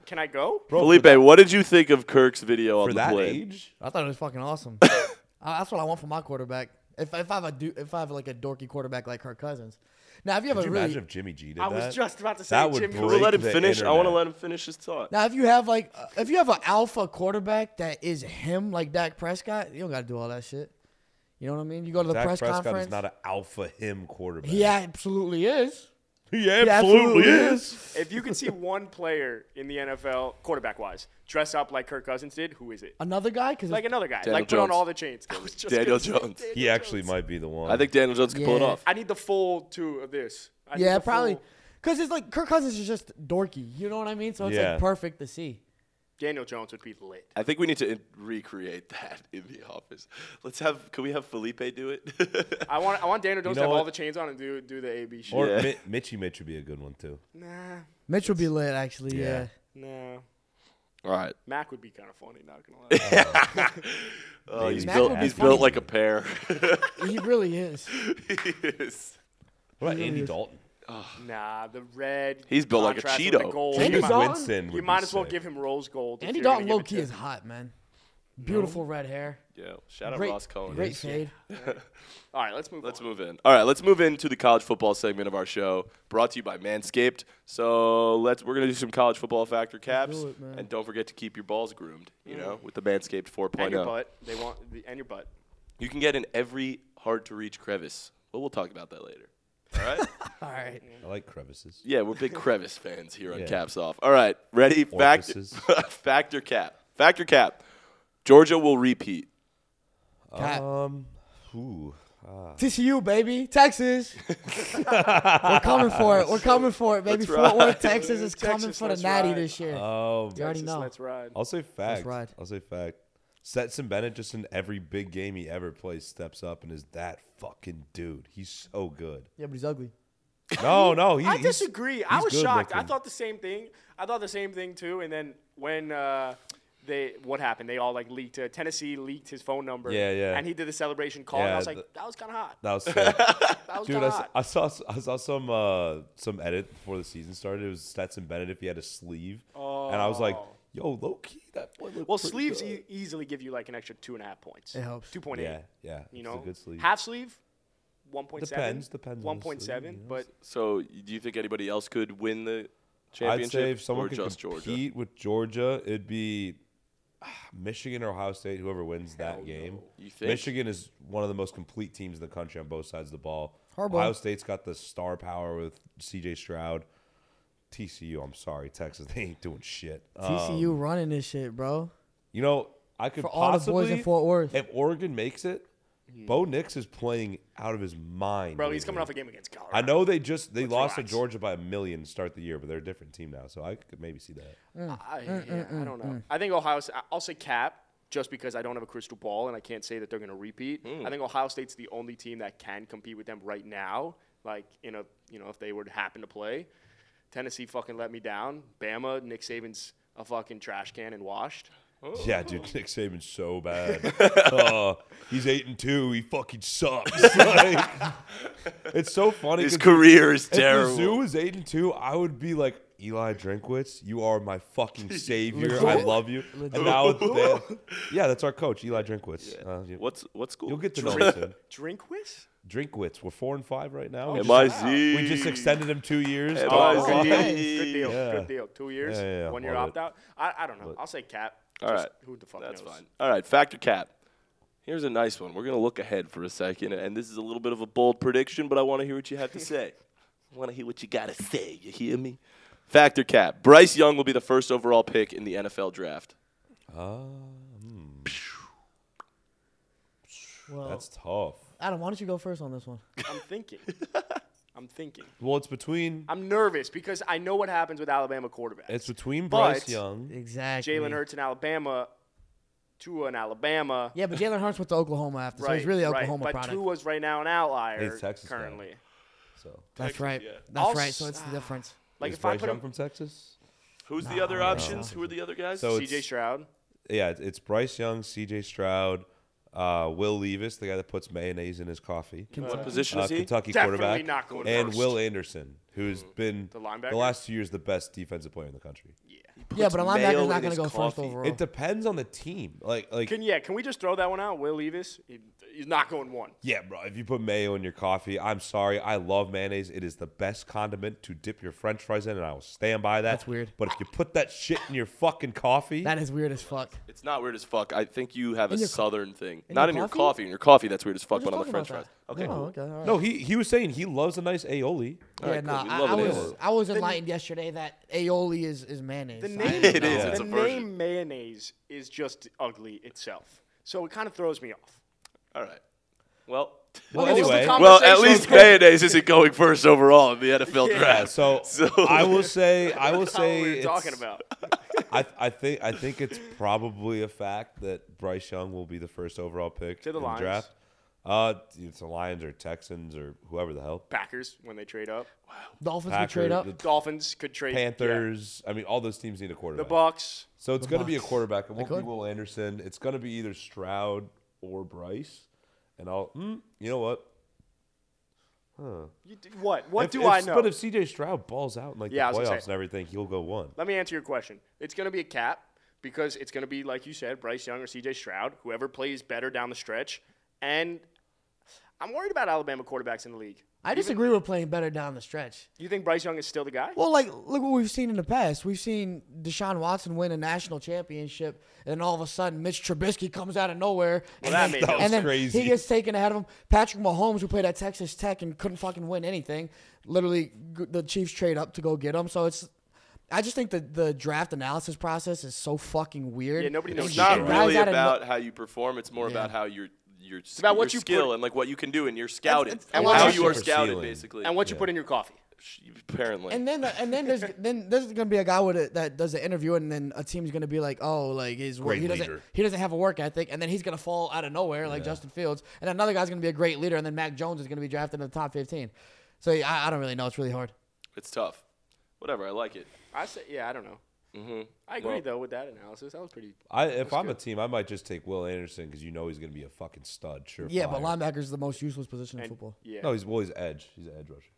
Can I go?
bro.
Felipe,
for that,
what did you think of Kirk's video
for
on the
that
plane?
age,
I thought it was fucking awesome. I, that's what I want for my quarterback. If, if I have a du- if I have like a dorky quarterback like Kirk Cousins. Now, if you have
could
a
you
really
imagine if Jimmy G did
I
that?
was just about to say
that would
Jimmy-
break
We'll
let him
the
finish. I want to
internet.
let him finish his thought.
now if you have like uh, if you have an alpha quarterback that is him like Dak Prescott, you don't got to do all that shit. You know what I mean? You go to the
Dak
press
Prescott
conference.
is not an alpha him quarterback.
he absolutely is.
he absolutely is.
If you could see one player in the NFL, quarterback wise, dress up like Kirk Cousins did, who is it?
Another guy because
Like another guy.
Daniel
like put on
Jones.
all the chains. I was just
Daniel
gonna say
Jones.
Daniel
He actually
Jones.
might be the one.
I think Daniel Jones can pull it
Yeah.
off.
I need the full two of this. I need
yeah,
the
probably.
full-
Because it's like Kirk Cousins is just dorky. You know what I mean? So it's
Yeah.
like perfect to see.
Daniel Jones would be lit.
I think we need to in- recreate that in the office. Let's have. Can we have Felipe do it?
I want I want Daniel Jones
know
to have all
what?
the chains on and do do the AB shit.
Or
Yeah.
Mi- Mitchy Mitch would be a good one too.
nah,
Mitch would be lit, actually.
Yeah.
Yeah.
no.
All right.
Mac would be kind of funny. Not gonna lie.
Oh, he's
That
built.
would be
He's
funny.
built like a pear.
he really is.
He is.
What about Andy Dalton?
nah, the red.
He's built like a
contrast with the
Cheeto.
gold.
Andy
You might-
Dalton?
Winston.
You might as well give him rose gold. if
Andy
you're gonna
Dalton
give
low
it
key
to-
is hot, man. Beautiful red hair.
Yeah. Shout out
Great,
Ross Cohen.
great fade.
All right, let's move.
Let's
on.
move in. All right, let's move into the college football segment of our show, brought to you by Manscaped. So let's we're gonna do some college football factor caps,
do it, man.
and don't forget to keep your balls groomed. You know, with the Manscaped
And your
4.0,
butt. They want the, and your butt.
you can get in every hard to reach crevice. But we'll talk about that later. All right.
All right.
I like crevices.
yeah, we're big crevice fans here on
Yeah.
Caps Off. All right, ready? Factor,
Orifices.
factor cap. Factor cap. Georgia will repeat.
Pat.
Uh,
Um, ooh,
TCU, baby. Texas. We're coming for it. We're coming for it, baby. Fort Worth, Texas is coming
Texas,
for the
let's
natty
ride.
this year.
um,
you already
Just
know.
Let's ride.
I'll say fact.
ride.
I'll say fact. Stetson Bennett just in every big game he ever plays steps up and is that fucking dude. He's so good.
Yeah, but he's ugly.
No, no, he,
I
he's-
disagree. I
he's
was
good
shocked. I
looking.
thought the same thing. I thought the same thing too. And then when uh, they what happened? They all like leaked. Uh, Tennessee leaked his phone number.
Yeah, yeah.
And he did the celebration call. and I
Yeah,
was like,
th-
that was kind of hot.
that was sick.
That was
dude.
kind
I,
of
s-
hot.
I saw s- I saw some uh, some edit before the season started. It was Stetson Bennett if he had a sleeve, and I was like,
Oh.
yo, low key that boy. Looked
well,
pretty
sleeves
good.
e- easily give you like an extra two and a half points.
It helps.
Two point eight.
yeah, yeah.
You
it's
know,
a good sleeve.
half sleeve, one point seven.
Depends, depends on
One
the sleeve,
point seven,
you know,
but
So, do you think anybody else could win the
I'd
championship
say if someone
or
could
just
compete
Georgia?
with Georgia, it'd be ah, Michigan or Ohio State. Whoever wins that game,
You think?
Michigan is one of the most complete teams in the country on both sides of the ball.
Harbaugh.
Ohio State's got the star power with C.J. Stroud. TCU, I'm sorry, Texas, they ain't doing shit.
Uh,
Um,
TCU running this shit, bro.
You know, I could
For all the
possibly
boys in Fort Worth.
if Oregon makes it, Bo Nix is playing out of his mind.
bro, he's coming
lately.
off a game against Colorado.
I know they just they lost to
relax.
Georgia by a million to start the year, but they're a different team now, so I could maybe see that.
I, yeah, I don't know. I think Ohio. Sta- I'll say cap just because I don't have a crystal ball and I can't say that they're going to repeat.
Mm.
I think Ohio State's the only team that can compete with them right now. Like in a you know if they were to happen to play, Tennessee fucking let me down. Bama, Nick Saban's a fucking trash can and washed.
Yeah, dude, Nick Saban's so bad. Uh, he's eight and two. He fucking sucks. Like, it's so funny.
His
'cause
career is
if the zoo
terrible.
was eight and two, I would be like Eli Drinkwitz. You are my fucking savior. I love you. And now, they, yeah, that's our coach, Eli Drinkwitz. Uh, you-
What's what school?
You'll get to know him soon.
Drinkwitz?
Drinkwitz. We're four and five right now. We
Am
just,
I
we just extended him two years.
Am
Oh,
I
good deal.
see.
Good deal.
Yeah.
Good deal. Two years,
Yeah, yeah, yeah.
one year
Love
opt
it.
out. I, I don't know. I'll say cap.
All
Just
right.
Who the fuck
That's
knows?
fine. All right, factor cap. Here's a nice one. We're gonna look ahead for a second, and this is a little bit of a bold prediction, but I want to hear what you have to say. I want to hear what you gotta say. You hear me? Factor cap. Bryce Young will be the first overall pick in the NFL draft.
Well,
That's tough.
Adam, why don't you go first on this one?
I'm thinking. I'm thinking.
Well, it's between
I'm nervous because I know what happens with Alabama quarterbacks.
it's between
But-
Bryce Young.
Exactly.
Jalen Hurts in Alabama, Tua in Alabama.
Yeah, but Jalen Hurts went to Oklahoma after, so
right,
he's really
right.
Oklahoma
but
product.
Tua's right now an outlier
He's Texas guy.
currently.
So
That's right.
yeah.
That's
I'll
right. So
s-
it's the difference.
Like
is
if I
Bryce
put
Young
him
from Texas.
Who's the other options? Who are the other guys?
Ah. So
C.J.
it's-
Stroud,
Yeah, it's, it's Bryce Young, C.J. Stroud, uh, Will Levis, the guy that puts mayonnaise in his coffee,
what position
uh,
is he?
Kentucky
Definitely
quarterback,
not going
and
first.
Will Anderson, who's been the,
linebacker?
last two years the best defensive player in the country.
Yeah, but a
puts
linebacker's
mayo in
not going
his
to go first
coffee.
overall.
It depends on the team. Like like
can yeah? Can we just throw that one out? Will Levis, He- he's not going one.
yeah, bro. If you put mayo in your coffee, I'm sorry. I love mayonnaise. It is the best condiment to dip your French fries in, and I will stand by that.
That's weird.
But if you put that shit in your fucking coffee,
that is weird as fuck.
It's not weird as fuck. I think you have a
your co-
southern thing. Not
your
in your
coffee?
coffee. In your coffee, that's weird as
We're
fuck.
just
But on the
talking about
French fries.
that.
Okay.
No,
cool.
okay, all right.
no, he he was saying he loves a nice aioli.
All
Yeah,
right,
no,
cool. We
I,
love
I
an
was
ale.
I was enlightened yesterday that aioli is, is mayonnaise.
The
So I
name,
didn't
It
know
is,
that.
it's
the
a version.
name mayonnaise is just ugly itself, so it kind of throws me off.
All right. Well,
Well,
What was the
anyway.
conversation?
Well, at least mayonnaise isn't going first overall in the NFL draft.
So, I will say, I will
That's not what
say,
we were
it's-
talking about.
I, I think I think it's probably a fact that Bryce Young will be the first overall pick
To the
in
Lions.
the draft. Uh, it's the Lions or Texans or whoever the hell.
Packers when they trade up.
Dolphins could
Packers,
trade up.
the
Dolphins could trade. yeah.
Panthers. I mean, all those teams need a
The
quarterback.
Bucks.
so it's going to be a
Bucs.
quarterback. It won't be
could.
Will Anderson. It's going to be either Stroud or Bryce. And I'll, mm, you know what?
You d- what? What
If-
do
if-
I know?
But if CJ Stroud balls out in like
Yeah, I
the
was gonna
playoffs
say-
and everything, he'll go one.
Let me answer your question. It's going to be a cap because it's going to be, like you said, Bryce Young or CJ Stroud, whoever plays better down the stretch. And I'm worried about Alabama quarterbacks in the league.
I disagree with playing better down the stretch.
You think Bryce Young is still the guy?
Well, like look what we've seen in the past. We've seen Deshaun Watson win a national championship, and then all of a sudden Mitch Trubisky comes out of nowhere, and
that
then,
made no
and then
sense. Crazy.
he gets taken ahead of him. Patrick Mahomes, who played at Texas Tech and couldn't fucking win anything, literally g- the Chiefs trade up to go get him. So it's, I just think that the draft analysis process is so fucking weird.
Yeah, nobody knows
It's
It's
not
shit.
guys
really
outta no-
about how you perform. It's more about how your your, it's
about what
your
you
skill
put-
and like what you can do and you're scouted.
it's-
and
and
what
how
you-
you are
Super
scouted,
ceiling.
basically.
and what you put in your coffee.
apparently.
And then, uh, and then there's then there's gonna be a guy with a, that does the interview, and then a team's gonna be like, oh, like his work,
Great
he doesn't
leader.
he doesn't have a work ethic, and then he's gonna fall out of nowhere like Justin Fields, and another guy's gonna be a great leader, and then Mac Jones is gonna be drafted in the top 15. So yeah, I, I don't really know. It's really hard.
it's tough. Whatever, I like it.
I say, yeah, I don't know. I agree
Well-
though with that analysis. That was pretty.
I, if I'm a team, I might just take Will Anderson because you know he's going to be a fucking stud. Sure.
Yeah, but linebacker is the most useless position in football.
Yeah.
No, he's well, he's edge. He's an edge rusher.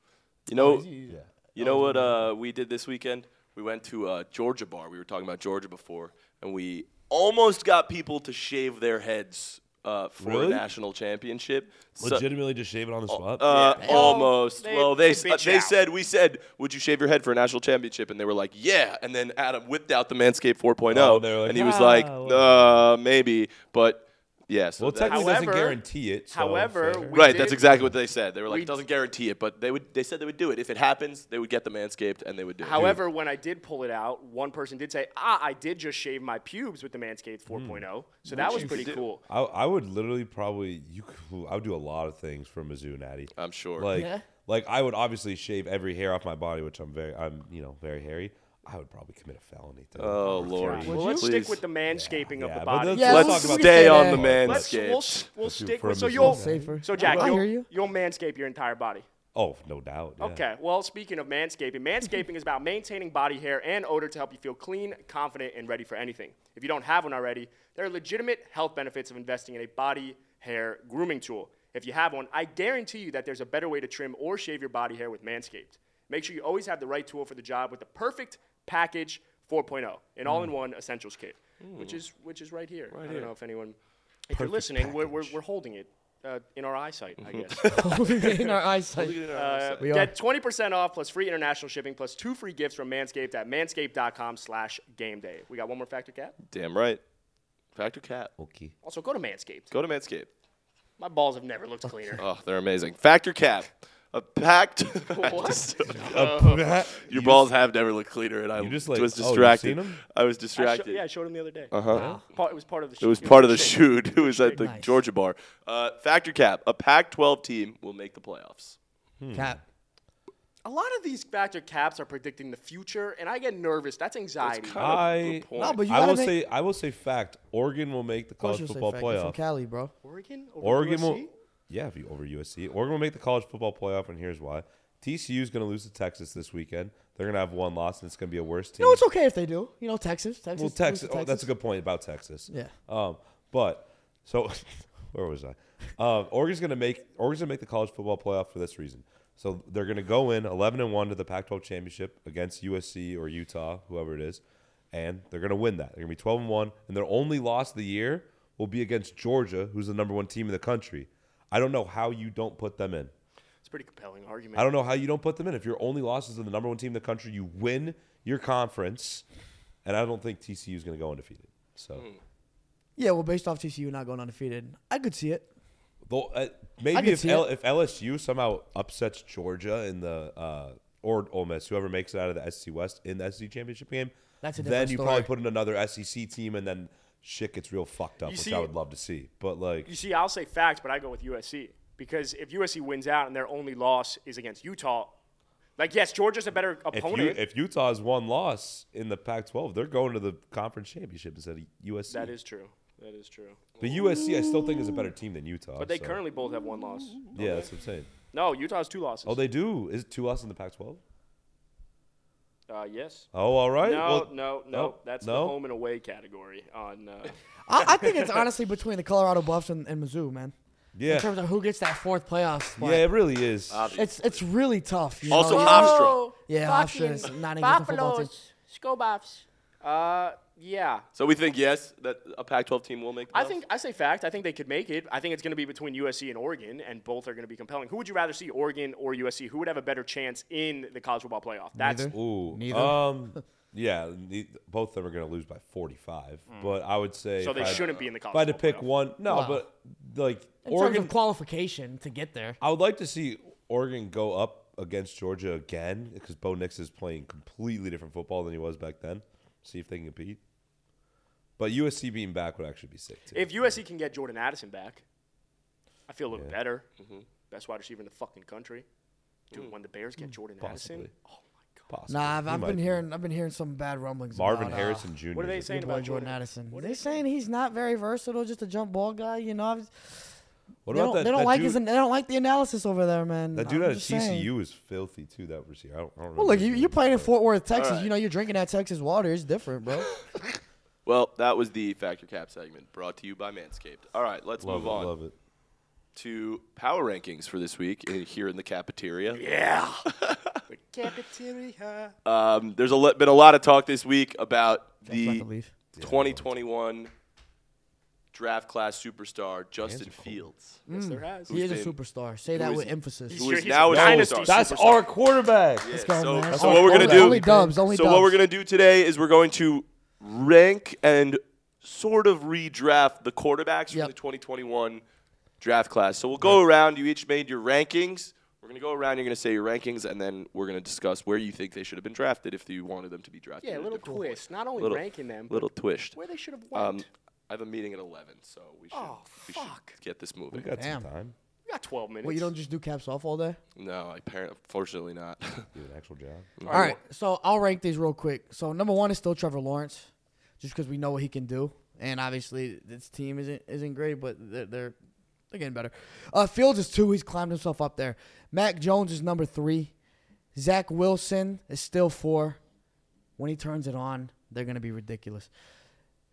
You know,
Yeah.
You know what uh, we did this weekend? We went to a Georgia bar. We were talking about Georgia before, and we almost got people to shave their heads uh, for a
Really?
national championship. So-
Legitimately, just shave it
Oh,
on the spot.
uh,
Yeah.
Almost.
They-
well, they
they
uh,
bitch
they
out.
said we said, "Would you shave your head for a national championship?" And they were like, "Yeah." And then Adam whipped out the Manscaped 4.0,
Oh, they were like,
and he was
"Ah,
like,
well."
"Uh, maybe." But yeah, so
well,
that-
technically, it doesn't
However-
guarantee it. so
however,
fair.
we
Right, that's
did-
exactly what they said. They were like,
we-
"It doesn't guarantee it," but they would. They said they would do it if it happens. They would get the Manscaped and they would do it.
However, when I did pull it out, one person did say, "Ah, I did just shave my pubes with the
Hmm.
Manscaped 4.0." So that was
you
pretty
do?
cool.
I, I would literally probably you. could- I would do a lot of things for Mizzou Natty.
I'm sure.
Like
Yeah.
like I would obviously shave every hair off my body, which I'm very I'm you know very hairy. I would probably commit a felony. To
Oh lord!
Well, let's stick with the manscaping of
Yeah,
the
but
body.
let's-
Yeah,
Let's
let's
about
stay
that.
on the
Let's we'll,
manscaped.
s- we'll
do
stick
for
with so
Mizzou.
you'll
Safer.
so Jack
I
you'll,
hear you.
you'll manscape your entire body.
Oh, no doubt. yeah.
Okay. Well, speaking of manscaping, manscaping is about maintaining body hair and odor to help you feel clean, confident, and ready for anything. If you don't have one already, there are legitimate health benefits of investing in a body hair grooming tool. If you have one, I guarantee you that there's a better way to trim or shave your body hair with Manscaped. Make sure you always have the right tool for the job with the perfect package 4.0, an all-in-one essentials kit, which is which is Hmm. right here. I don't know if anyone, if you're listening, we're, we're, we're holding it uh, in our eyesight, I guess.
in our eyesight.
Uh,
We
get 20% off plus free international shipping plus two free gifts from Manscaped at manscaped.com slash game day. We got one more factor cap.
Damn right. Factor Cap.
Okay.
Also, go to Manscaped.
Go to Manscaped.
My balls have never looked cleaner.
Oh, they're amazing. Factor Cap. A packed.
What? Uh,
Your balls have never looked cleaner, and I
You just, like-
was
oh, you've
distracted.
seen 'em?
I was
I
distracted.
sho- yeah, I showed him the other day.
Uh-huh.
Part- it was part of the
It was part of the shoot. It was at the
Nice.
Georgia bar. Uh, Factor Cap. A Pac-12 team will make the playoffs.
Cap.
A lot of these factor caps are predicting the future, and I get nervous. That's anxiety.
Kind of
I-
the point.
No, but you
I
gotta
will
make.
say I will say fact. Oregon will make the
Of course
Hmm. college
you'll
football
say fact. You're from
playoff.
Cali, bro.
Oregon? Over
Oregon
USC?
will. Yeah, if you over USC, Oregon will make the college football playoff, and here's why. TCU is going to lose to Texas this weekend. They're going to have one loss, and it's going to be a worse team.
No, it's okay if they do. You know, Texas, Texas.
Well,
lose to
Texas. Oh, that's
Texas.
a good point about Texas.
Yeah.
Um, but so where was I? Um, Oregon's gonna make Oregon's gonna make the college football playoff for this reason. So they're gonna go in eleven and one to the Pac-12 championship against USC or Utah, whoever it is, and they're gonna win that. They're gonna be twelve and one, and their only loss of the year will be against Georgia, who's the number one team in the country. I don't know how you don't put them in.
It's a pretty compelling argument.
I don't know how you don't put them in. If your only loss is to the number one team in the country, you win your conference, and I don't think TCU is going to go undefeated. So,
Hmm.
Yeah, well, based off TCU not going undefeated, I could see it.
though, uh,
I
maybe
could
if
see
L-
it.
if LSU somehow upsets Georgia in the uh, or Ole Miss, whoever makes it out of the SEC West in the SEC championship game,
That's a
then
different
you
story.
probably put in another SEC team, and then shit gets real fucked up,
You
which
see-
I would love to see. But like,
You see, I'll say facts, but I go with USC because if USC wins out and their only loss is against Utah, like yes, Georgia's a better
If, you,
opponent.
if Utah has one loss in the Pac-12, they're going to the conference championship instead of USC.
that is true. That is true.
but USC, I still think is a better team than Utah.
But they
so-
currently both have one loss.
yeah, that's what I'm saying.
No, Utah's two losses.
Oh, they do. Is it two us in the Pac-12?
uh, yes.
Oh, all right.
No,
Well,
no, no,
no,
That's
no.
the home and away category on. Uh,
I, I think it's honestly between the Colorado Buffs and, and Mizzou, man. In
Yeah,
terms of who gets that fourth playoff spot.
yeah, it really is.
Uh,
It's it's really tough. you
Also,
know?
Hofstra.
Yeah, Hofstra is not even a football team.
Go Buffs.
uh, yeah,
So we think yes that a Pac-12 team will make. The
I
playoffs?
think I say fact. I think they could make it. I think it's going to be between USC and Oregon, and both are going to be compelling. Who would you rather see, Oregon or USC? Who would have a better chance in the college football playoff? That's
Neither.
Ooh.
Neither.
Um. Yeah, ne- both of them are going to lose by 45. But I would say
Mm. so
if
they
I-
shouldn't be in the
If
college.
I had to
football
pick
playoff.
one, no,
Wow.
but like
In terms
Oregon,
of qualification to get there.
I would like to see Oregon go up against Georgia again because Bo Nix is playing completely different football than he was back then. See if they can compete. But USC being back would actually be sick too.
If USC can get Jordan Addison back, I feel a little
Yeah.
better. Mm-hmm. Best wide receiver in the fucking country. Dude, when the Bears get Jordan
Hmm. Possibly.
Addison,
Possibly.
Nah, I've,
He
I've
might
been
be.
hearing I've been hearing some bad rumblings.
Marvin
about, uh,
Harrison Jr.
what are they
is a-
saying
Boy,
about
Jordan
Jordan?
Addison. They're saying he's not very versatile, just a jump ball guy. You know, I've-
What
they
about
don't,
that?
they don't
that
like
dude,
his, they don't like the analysis over there, man.
That dude
I'm
out of
just
TCU
saying.
is filthy too. That receiver. I don't, I don't
Well,
remember
look,
his
you,
name,
you're playing in
but-
Fort Worth, Texas.
right.
You know, you're drinking that Texas water. It's different, bro.
Well, that was the Factor Cap segment brought to you by Manscaped. All right, let's
Love
move
it,
on
love it.
to power rankings for this week in, here in the cafeteria.
Yeah. the cafeteria.
Um, there's a lot, been a lot of talk this week about
about
the
to leave.
2021 draft class superstar Justin
are cold.
Fields,
Yes, there has.
He is a
been-
superstar. Say that
is-
with emphasis.
who is
he's
now
a
a
dynasty
superstar.
That's
superstar.
our quarterback.
Yeah,
go, Oh,
so,
man.
so
That's
what
all
we're gonna
dubs.
do?
Only dubs, only
so what we're
dubs.
gonna do today is we're going to rank and sort of redraft the quarterbacks from
Yep.
the 2021 draft class. So we'll go around. You each made your rankings. We're gonna go around. You're gonna say your rankings, and then we're gonna discuss where you think they should have been drafted if you wanted them to be drafted.
Yeah, a
in
little
different
twist. Not only
Little-
ranking them, but
little twist.
where they should have went.
Um, I have a meeting at 11, so we should,
Oh,
we should
fuck.
get this
We
moving.
got
Damn.
some time.
we got 12 minutes.
Well, you don't just do caps off all day.
No, apparently, fortunately not.
Do an actual job.
All right, so I'll rank these real quick. So number one is still Trevor Lawrence, just because we know what he can do, and obviously this team isn't isn't great, but they're they're, they're getting better. Uh, Fields is two; he's climbed himself up there. Mac Jones is number three. Zach Wilson is still four. When he turns it on, they're gonna be ridiculous.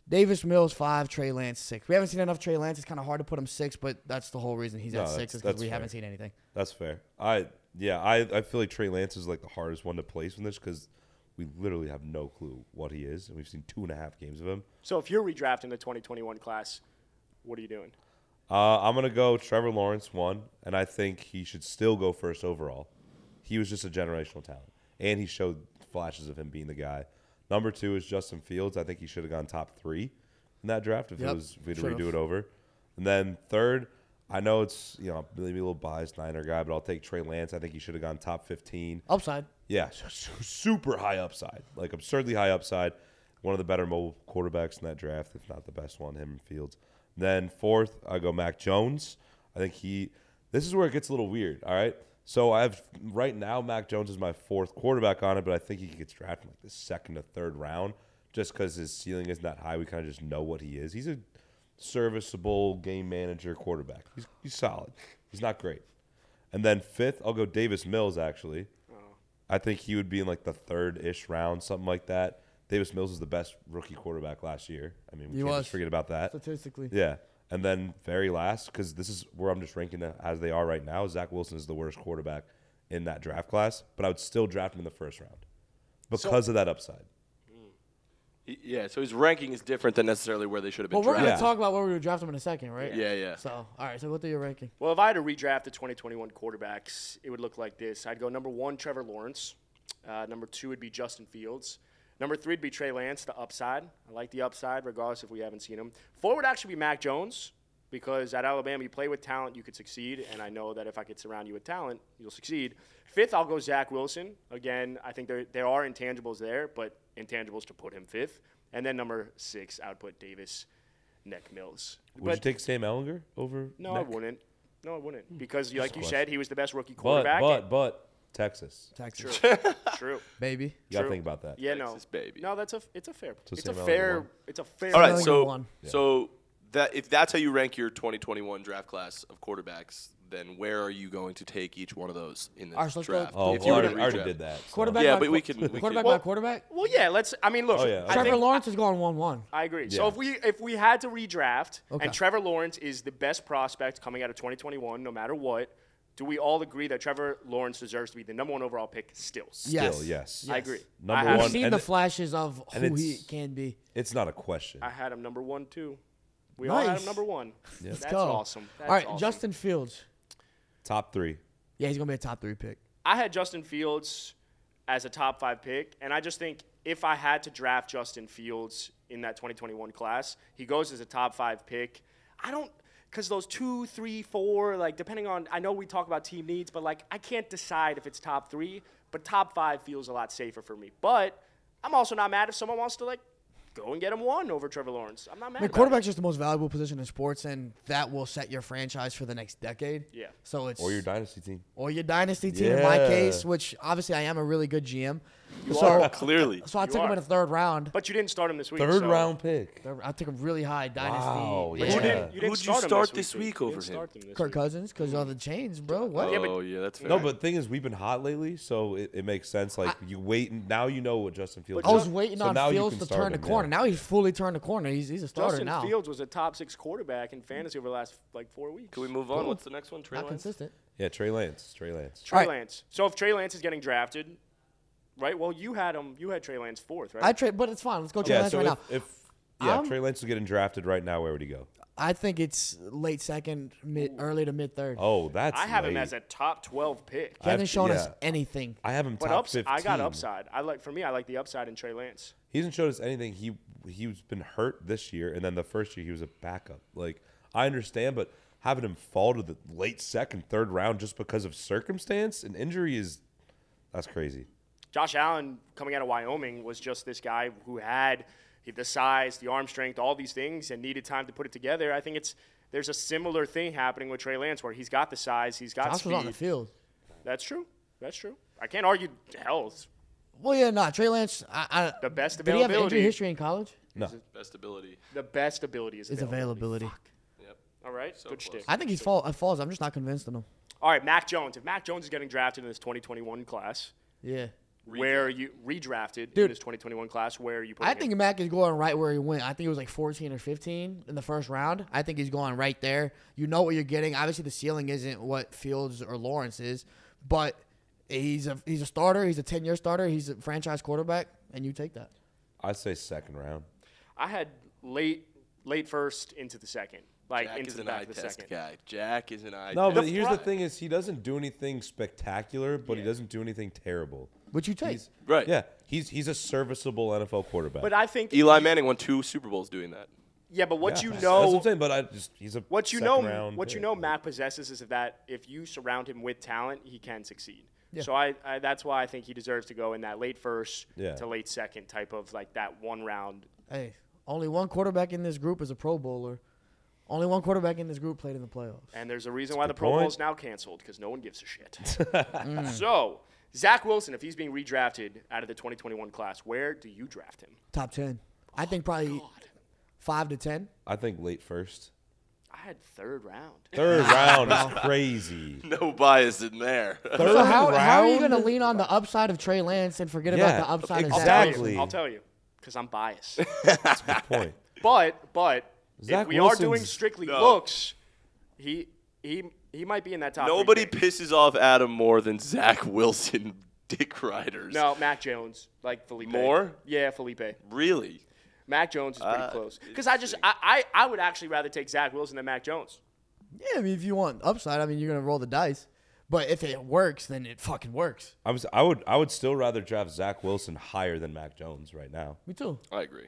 Davis Mills five, Trey Lance six. We haven't seen enough Trey Lance. It's kind of hard to put him six, but that's the whole reason he's
No,
at
that's-
six is because
that's
we
fair.
haven't seen anything.
That's fair. I yeah, I, I feel like Trey Lance is like the hardest one to place from this because we literally have no clue what he is, and we've seen two and a half games of him.
so if you're redrafting the 2021 class, what are you doing?
Uh, I'm gonna go Trevor Lawrence one, and I think he should still go first overall. He was just a generational talent, and he showed flashes of him being the guy. Number two is Justin Fields. I think he should have gone top three in that draft if
Yep,
it was if we had to
should've.
redo it over. And then third, I know it's you know maybe a little biased Niner guy, but I'll take Trey Lance. I think he should have gone top 15.
Upside.
Yeah, su- su- super high upside, like absurdly high upside. One of the better mobile quarterbacks in that draft, if not the best one, him and Fields. Then fourth, I go Mac Jones. I think he. This is where it gets a little weird. All right, so I have right now Mac Jones is my fourth quarterback on it, but I think he gets drafted in like the second or third round, just because his ceiling isn't that high. We kind of just know what he is. He's a serviceable game manager quarterback. He's, he's solid. He's not great. And then fifth, I'll go Davis Mills. Actually, I think he would be in like the third ish round, something like that. Davis Mills was the best rookie quarterback last year. I mean, we
He
can't
was.
just forget about that.
Statistically.
Yeah. And then very last, because this is where I'm just ranking them as they are right now. Zach Wilson is the worst quarterback in that draft class, but I would still draft him in the first round because of that upside.
He- yeah, so his ranking is different than necessarily where they should have been
Well, we're
drafted.
gonna
Yeah.
talk about where we would draft him in a second, right?
Yeah, yeah.
So, all right. So, what are your ranking?
Well, if I had to redraft the 2021 quarterbacks, it would look like this. I'd go number one, Trevor Lawrence. Uh, number two would be Justin Fields. Number three would be Trey Lance, the upside. I like the upside, regardless if we haven't seen him. Four would actually be Mac Jones, because at Alabama, you play with talent, you could succeed. And I know that if I could surround you with talent, you'll succeed. Fifth, I'll go Zach Wilson. Again, I think there, there are intangibles there, but intangibles to put him fifth. And then number six, I would put Davis Neck Mills.
Would
But-
you take Sam Ellinger over?
no,
Mac?
I wouldn't. No, it wouldn't. Because, you- like you
Hmm. question.
said, he was the best rookie
But
quarterback.
but but Texas.
Texas,
True.
baby.
You gotta
True.
think about that.
Yeah, no.
Texas, baby.
No, that's a f- it's a fair. It's,
Sam
a
Elliott
fair.
won.
It's a fair.
All right,
Million
so
to one.
so that if that's how you rank your 2021 draft class of quarterbacks, then where are you going to take each one of those in this
All right, so let's go
draft?
Oh,
if
well, I
were to
already, I already
redraft?
did that. so-
Quarterback.
Yeah,
by
but we
qu-
can- we can-
quarterback by quarterback.
Well, yeah. Let's. I mean, look.
Oh, yeah,
I
okay.
Trevor
think-
Lawrence is going one one.
I agree.
Yeah.
So if we if we had to redraft,
Okay.
and Trevor Lawrence is the best prospect coming out of 2021, no matter what, do we all agree that Trevor Lawrence deserves to be the number one overall pick? Still,
Yes.
Still, yes.
I agree.
Number
I
one.
had,
We've seen
and
the
it-
flashes of
and
who he
it's-
can be.
It's not a question.
I had him number one too. We all had
Nice.
him number one. That's
Go.
awesome. That's
All right,
awesome.
Justin Fields.
Top three.
Yeah, he's gonna be a top three pick.
I had Justin Fields as a top five pick, and I just think if I had to draft Justin Fields in that 2021 class, he goes as a top five pick. I don't. Because those two, three, four, like depending on, I know we talk about team needs, but like I can't decide if it's top three, but top five feels a lot safer for me. But I'm also not mad if someone wants to like go and get him one over Trevor Lawrence. I'm not mad.
I mean,
about it.
quarterback's just the most valuable position in sports, and that will set your franchise for the next decade.
Yeah.
So it's
Or your dynasty team.
or your dynasty team in my
Yeah.
case, which obviously I am a really good GM. so
Clearly,
so I
You
took him
are.
in the third round.
But you didn't start him this week.
Third
so-
round pick.
I took a really high dynasty.
Wow,
Yeah.
yeah.
You didn't, you didn't
Who'd you
start, him
start
this
this
week,
week
You
over
didn't
him?
start him this
Kirk
week.
Cousins because of the chains, bro. What?
Yeah, but-
oh yeah, that's fair.
No, but the thing is, we've been hot lately, so it, it makes sense. Like you wait, and now you know what Justin Fields.
I
But
is.
was waiting
So
on
now you
Fields
can
to
start
turn the
him, yeah.
corner. Now he's fully turned the corner. He's, he's a starter
Justin
now.
Fields was a top six quarterback in fantasy over the last like four weeks.
Can we move on? What's the next one? Trey
Not
Lance.
consistent.
Yeah, Trey Lance. Trey Lance.
Trey
Alright.
Lance. So if Trey Lance is getting drafted, right? Well, you had him. You had Trey Lance fourth, right?
I trade, but it's fine. Let's go Trey
yeah.
Lance
so
right
if,
now.
if yeah,
I'm-
Trey Lance was getting drafted right now, where would he go?
I think it's late second, mid, early to mid third.
Oh, that's.
I have him
late.
as a top twelve pick.
I-
Hasn't shown us
yeah.
anything.
I have him
But
top
ups,
fifteen.
I got upside. I like for me, I like the upside in Trey Lance.
He hasn't showed us anything. He he's been hurt this year, and then the first year he was a backup. Like I understand, but having him fall to the late second, third round just because of circumstance and injury is that's crazy.
Josh Allen coming out of Wyoming was just this guy who had the size, the arm strength, all these things, and needed time to put it together. I think it's there's a similar thing happening with Trey Lance where he's got the size, he's got
Josh was on the
speed.
field.
That's true. That's true. I can't argue health.
Well, yeah, nah. Trey Lance, I, I,
The best
Did he have injury
availability.
history in college?
No,
Best ability.
The best ability is
His
available.
availability.
Yep.
All right, good
close.
shtick.
I think he's fall, uh, falls. I'm just not convinced in him.
All right, Mac Jones. If Mac Jones is getting drafted in this 2021 class,
Yeah.
where are you redrafted in
Dude.
this 2021 class? Where are you? Putting
I think
him?
Mac is going right where he went. I think it was like 14 or 15 in the first round. I think he's going right there. You know what you're getting. Obviously, the ceiling isn't what Fields or Lawrence is, but he's a he's a starter. He's a 10 year starter. He's a franchise quarterback, and you take that.
I'd say second round.
I had late, late first into the second, like
Jack
into
is
the
an
back
eye
of the
test
second.
guy. Jack is an eye.
No,
test.
but here's the
pro-
thing: is he doesn't do anything spectacular, but he doesn't do anything terrible.
Would you take?
He's,
Right.
Yeah, he's he's a serviceable NFL quarterback.
But I think
Eli Manning won two Super Bowls doing that.
yeah, but what
Yeah,
you
that's- that's what
know,
I'm saying. But I just he's a
what you
second
know,
round
what you
pick.
know, Mac possesses is that if you surround him with talent, he can succeed.
Yeah.
So I, I, that's why I think he deserves to go in that late first
Yeah.
to late second type of like that one round.
Hey, only one quarterback in this group is a Pro Bowler. Only one quarterback in this group played in the playoffs.
And there's a reason why the
good
Pro Bowl
point.
is now canceled because no one gives a shit. So, Zach Wilson, if he's being redrafted out of the 2021 class, where do you draft him?
Top 10. I think probably five to 10.
I think late first,
I had third round.
third round is crazy.
No bias in there.
Third
So how, how are you
round?
going to lean on the upside of Trey Lance and forget
Yeah,
about the upside
I'll
of Zach?
exactly.
tell you. I'll tell you because I'm biased.
Good point.
but but
Zach
if we
Wilson's-
are doing strictly
No.
looks, he he he might be in that top. three
Nobody
pick.
pisses off Adam more than Zach Wilson, Dick Riders.
No, Mac Jones, like Felipe.
More?
Yeah, Felipe.
Really?
Mac Jones is pretty
Ah,
close. Because I just I, I I would actually rather take Zach Wilson than Mac Jones.
Yeah, I mean, if you want upside, I mean, you're going to roll the dice. But if it works, then it fucking works.
I was I would I would still rather draft Zach Wilson higher than Mac Jones right now.
Me too.
I agree.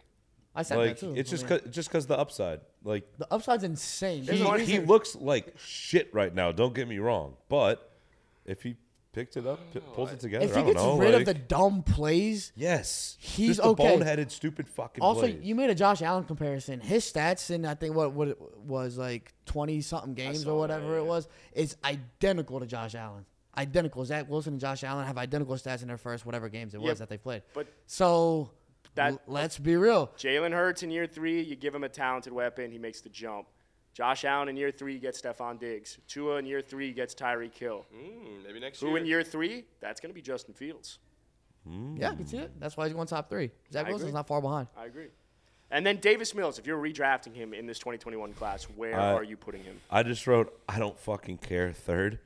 I said
Like
that too.
it's
I
just
mean,
cause, just cause the upside. Like
the upside's insane.
he,
There's a
he looks like shit right now. Don't get me wrong, but if he picks it up, p- pulls it together.
If
I
he
don't
gets
know.
rid
like,
of the dumb plays,
yes,
he's
just the
okay.
boneheaded, stupid fucking.
Also,
plays.
you made a Josh Allen comparison. His stats in I think what what it was like twenty something games or whatever it was is identical to Josh Allen. Identical. Zach Wilson and Josh Allen have identical stats in their first whatever games it was
Yeah,
that they played.
but-
so
That-
l- let's be real.
Jalen Hurts in year three, you give him a talented weapon, he makes the jump. Josh Allen in year three, you get Stephon Diggs. Tua in year three, you gets Tyree Kill.
Hmm, maybe next
Who in year three? That's going to be Justin Fields.
Yeah, I can see it. That's why he's going top three. Zach
I
Wilson's
agree.
not far behind.
I agree. And then Davis Mills, if you're redrafting him in this 2021 class, where
Uh,
are you putting him?
I just wrote, I don't fucking care. Third,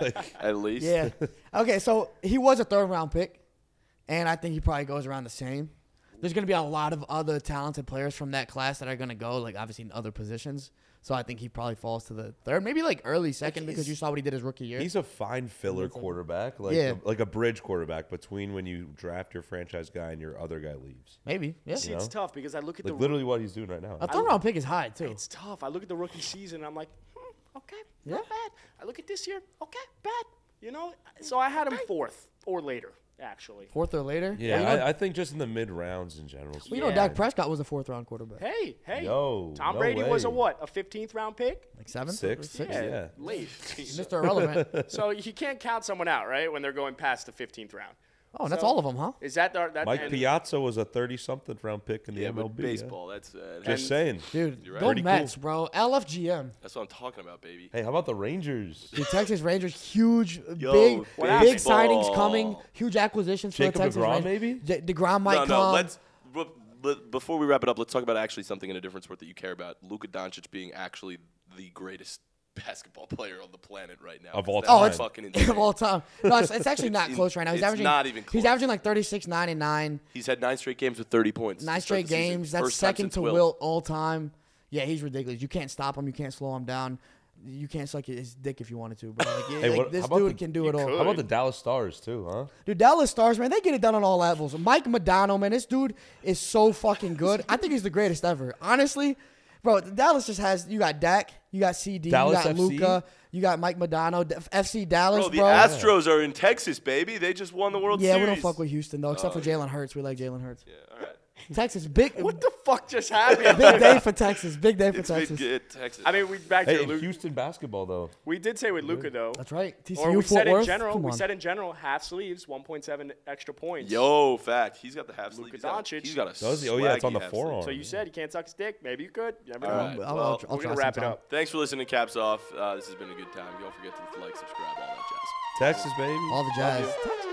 like,
At least.
Yeah. okay, so he was a third round pick, and I think he probably goes around the same. There's going to be a lot of other talented players from that class that are going to go, like obviously in other positions. So I think he probably falls to the third, maybe like early second, because you saw what he did his rookie year.
he's a fine filler quarterback, like
Yeah.
like a bridge quarterback between when you draft your franchise guy and your other guy leaves.
Maybe, yeah.
See, it's tough because I look at
Like
the
literally what he's doing right now.
A third round pick is high too.
It's tough. I look at the rookie season and I'm like, hmm, okay, not
Yeah.
bad. I look at this year, okay, bad. You know, so I had him fourth or later, actually.
Fourth or later.
Yeah,
Well, you know,
I, I think just in the mid rounds in general.
well, you know Dak Prescott was a fourth round quarterback,
Hey, hey.
Yo,
Tom
no
Brady was a
way.
what? A 15th round pick?
like seven,
Sixth? Yeah.
late.
Mr. Irrelevant.
so you can't count someone out, right? When they're going past the 15th round.
Oh, and that's
So-
all of them, huh?
Is that the, that
Mike
and-
Piazza was a thirty-something round pick in the
Yeah, but
MLB. yeah.
baseball. That's uh,
Just saying.
Dude,
right.
go
Pretty
Mets, bro. LFGM,
that's what I'm talking about, baby.
Hey, how about the Rangers?
the Texas Rangers, huge, uh,
Yo,
big,
baseball.
big signings coming, huge acquisitions for
Jacob
the Texas
deGrom,
Rangers.
maybe?
J- Degrom might
no,
come.
no. Let's but, but before we wrap it up, let's talk about actually something in a different sport that you care about. Luka Doncic being actually the greatest basketball player on the planet right now.
Of all
That's
time. Oh, it's-
fucking insane.
of all time. No, it's, it's actually not
It's-
close right now. He's
it's
averaging
not even close.
He's averaging like 36, 9, and 9.
He's had nine straight games with 30 points.
Nine
to start
straight
the season.
games. That's
First time
second
since
to
Wilt.
Wilt all time. Yeah, he's ridiculous. You can't stop him. You can't slow him down. You can't suck his dick if you wanted to, bro. Like, yeah,
Hey,
like,
what-
this
how about
dude
the-
can do it all.
could.
How about the Dallas Stars too, huh?
Dude, Dallas Stars, man, they get it done on all levels. Mike Madonna, man, this dude is so fucking good. I think he's the greatest ever. Honestly, bro, Dallas just has you got Dak, you got CD,
Dallas
you got
FC?
Luca, you got Mike Madonna, D- FC Dallas,
Bro,
bro.
the Astros are in Texas, baby. They just won the World
yeah,
Series. Oh,
we don't fuck with Houston though, except for Jalen Hurts. We like Jalen Hurts.
Yeah, all right.
Texas, big
What the fuck just happened?
big day for Texas. Big day for
It's been
Texas.
good, Texas.
I mean, we back
Hey,
to
in
Luke.
Houston basketball though.
We did say with Luca though.
That's right. TCU
Or we
Fort
said in
Worth.
general,
Come
we
on.
said in general, half sleeves, 1.7 extra points.
yo, fact. He's got the half sleeve.
Luka
He's got a-
Doncic.
He's got a
Does he? Oh, yeah, it's on
swaggy
the
half sleeve.
forearm.
So you said you can't suck his dick. Maybe you could. You never know.
All
I'll-
right.
I'll-
Well,
I'll
We're
try
gonna wrap it
sometime.
up.
Thanks for listening, Caps Off. Uh, this has been a good time. Don't forget to like, subscribe, all that jazz.
Texas, baby.
All the jazz. Texas.